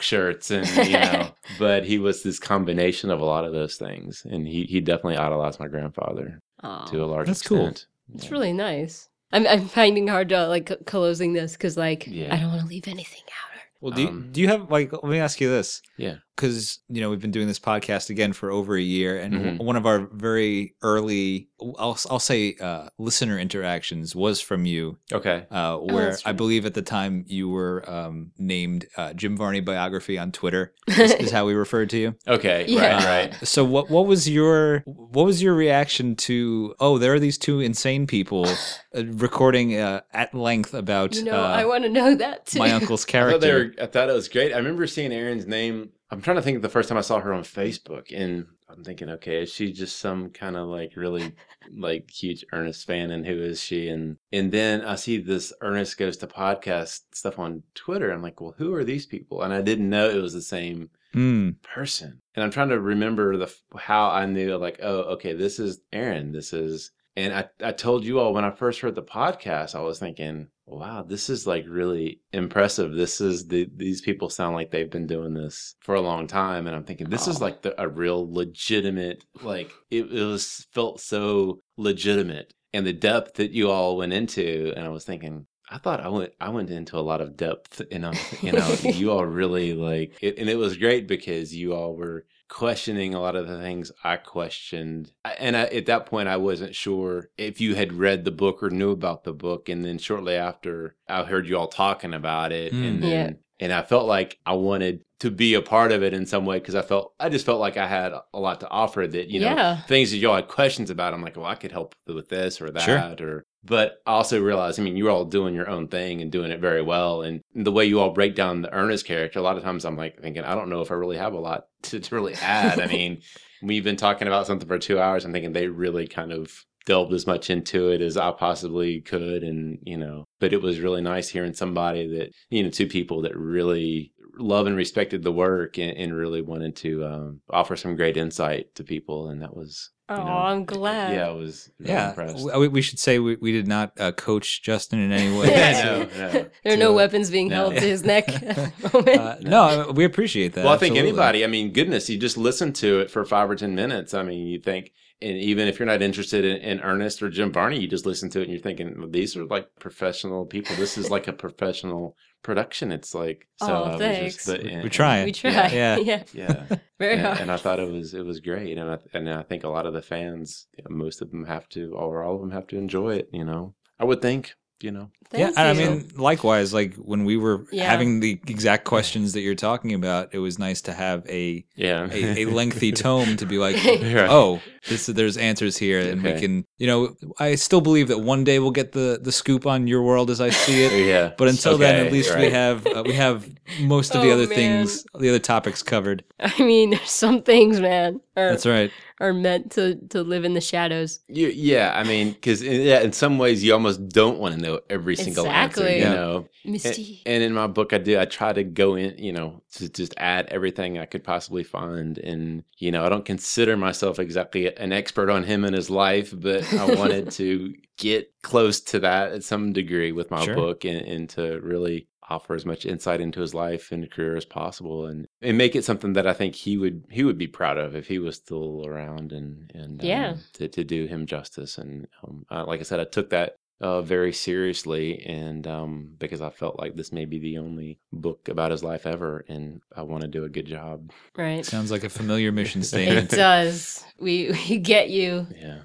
shirts and you know but he was this combination of a lot of those things and he, he definitely idolized my grandfather
Oh.
to a large
That's cool.
extent
It's
Yeah.
really nice. I'm I'm finding hard to like c- closing this because like
Yeah.
I don't want to leave anything out.
Well, do you,
Um,
do you have like? Let me ask you this.
Yeah.
Because you know we've been doing this podcast again for over a year, and
Mhm.
w- one of our very early, I'll I'll say, uh, listener interactions was from you,
okay
uh, where
Oh, that's
I
right.
believe at the time you were um, named uh, Jim Varney biography on Twitter is, is how we referred to you.
okay
Yeah.
right
Uh,
right
So what what was your what was your reaction to? Oh, there are these two insane people uh, recording uh, at length about
You know,
uh,
I want to know that too.
my uncle's
I
character.
thought, they were, I thought it was great. I remember seeing Aaron's name. I'm trying to think of the first time I saw her on Facebook, and I'm thinking, okay, is she just some kind of like really like huge Ernest fan, and who is she? And and then I see this Ernest goes to podcast stuff on Twitter. I'm like, well, who are these people? And I didn't know it was the same
Hmm.
person. And I'm trying to remember the f- how I knew like, oh, okay, this is Aaron. This is and I, I told you all when I first heard the podcast, I was thinking, wow, this is like really impressive. This is the these people sound like they've been doing this for a long time. And I'm thinking this is
Oh.
like the, a real legitimate, like it, it was felt so legitimate and the depth that you all went into. And I was thinking, I thought I went I went into a lot of depth and I'm you know, um, you all really like it and it was great because you all were questioning a lot of the things I questioned. I- And I, at that point I wasn't sure if you had read the book or knew about the book and then shortly after I heard you all talking about it
Mm.
and then
Yeah.
and I felt like I wanted to be a part of it in some way because I felt I just felt like I had a lot to offer that you know
Yeah.
things that y'all had questions about. I'm like, well, I could help with this or that
Sure.
or. But I also realized, I mean, you're all doing your own thing and doing it very well. And the way you all break down the Ernest character, a lot of times I'm like thinking, I don't know if I really have a lot to, to really add. I mean, we've been talking about something for two hours. I'm thinking they really kind of delved as much into it as I possibly could. And, you know, but it was really nice hearing somebody that, you know, two people that really love and respected the work and, and really wanted to um, offer some great insight to people. And that was,
Oh,
know,
I'm glad.
yeah, I was really
Yeah,
impressed.
we, we should say we, we did not uh, coach Justin in any way.
Yeah,
no, no.
There are no
to-
weapons being
no.
held to his neck at the moment.
Uh, no, we appreciate that.
Well, I think
absolutely.
anybody, I mean, goodness, you just listen to it for five or 10 minutes. I mean, you think, and even if you're not interested in, in Ernest or Jim Varney, you just listen to it and you're thinking, well, these are like professional people. This is like a professional production. It's like, so
Oh,
I was
thanks.
but-
We-
and-
We're trying.
we try.
Yeah.
Yeah.
Yeah.
Very
and,
hard.
and I thought it was, it was great. And I, and I think a lot of the fans, you know, most of them have to, or all of them have to enjoy it, you know, I would think, you know,
Thank
yeah, and
you.
I mean, likewise, like when we were
Yeah.
having the exact questions that you're talking about, it was nice to have a
yeah.
a, a lengthy tome to be like,
Right.
oh, this, there's answers here, and we
Okay.
can, you know, I still believe that one day we'll get the the scoop on your world as I see it.
yeah.
But until then, at
Okay,
least we
right.
have uh, we have most of the
Oh,
other
man.
things, the other topics covered.
I mean, there's some things, man, are,
That's right.
are meant to, to live in the shadows.
You, yeah, I mean, because in, yeah, in some ways you almost don't want to know every single answer,
Exactly.
you
Yeah.
know. And,
Misty.
and in my book, I do. I try to go in, you know, to just add everything I could possibly find, and you know, I don't consider myself exactly an expert on him and his life, but I wanted to get close to that at some degree with my
Sure.
book, and, and to really offer as much insight into his life and career as possible and and make it something that I think he would he would be proud of if he was still around and and um,
Yeah.
to, to do him justice and um, uh, like I said I took that uh, very seriously and um, because I felt like this may be the only book about his life ever and I want to do a good job
right.
Sounds like a familiar mission
It
statement.
does. We, we get you.
yeah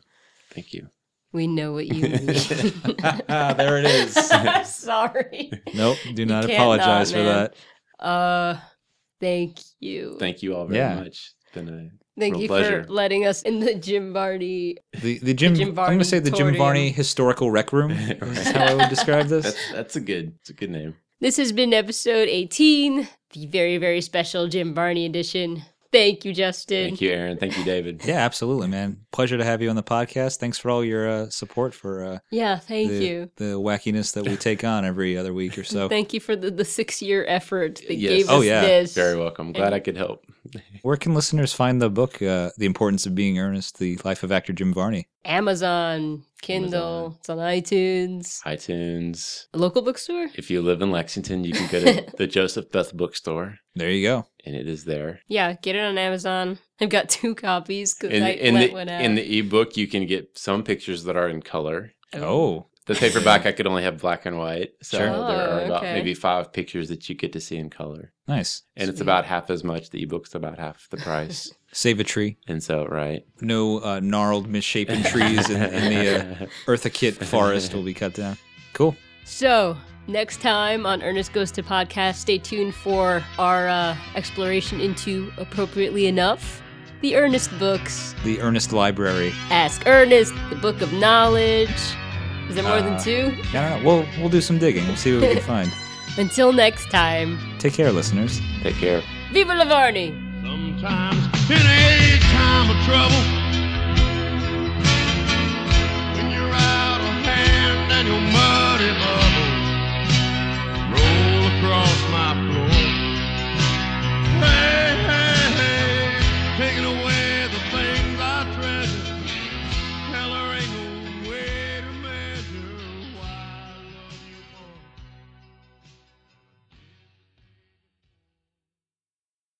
thank you
We know what you mean.
there it is.
Sorry.
Nope, do not
can't
apologize
not,
for
man.
that.
Uh, thank you.
thank you all very
Yeah.
much it's been a
Thank
Real
you
pleasure.
for letting us in the Jim Barty.
The the Jim,
Jim
I'm going
Varney
to say the Jim
Auditorium.
Varney historical rec room is how I would describe this.
that's that's a good it's a good name
This has been episode 18, the very, very special Jim Barney edition. Thank you, Justin.
thank you Aaron thank you David
Yeah, absolutely, man. Pleasure to have you on the podcast. Thanks for all your uh, support for uh,
Yeah, thank
the,
you.
the wackiness that we take on every other week or so.
Thank you for the, the six year effort that
Yes.
gave us
Oh, yeah.
this.
very welcome glad I could help
Where can listeners find the book, uh, The Importance of Being Earnest, The Life of Actor Jim Varney?
Amazon, Kindle, it's on iTunes,
iTunes
a local bookstore.
If you live in Lexington, you can go to the Joseph Beth bookstore,
There you go.
and it is there.
Yeah, get it on Amazon. I've got two copies because
In,
I uh,
in
let
the
one out.
in the ebook, you can get some pictures that are in color.
Oh,
The paperback, I could only have black and white, so
Sure.
there are
Oh,
about
okay.
maybe five pictures that you get to see in color,
nice.
and it's about half as much. The ebook's about half the price,
Save a tree.
and so right.
No uh, gnarled, misshapen trees in, in the uh, Eartha Kitt forest will be cut down. Cool.
So, next time on Ernest Goes to Podcast, stay tuned for our uh, exploration into, appropriately enough, the Ernest books.
The Earnest Library.
Ask Ernest, the Book of Knowledge. Is there more
Uh,
than two?
I don't know. We'll, we'll do some digging. We'll see what we can find.
Until next time,
Take care, listeners.
Take care.
Viva la Varney!
Sometimes in a time of trouble, when you're out of hand and your mother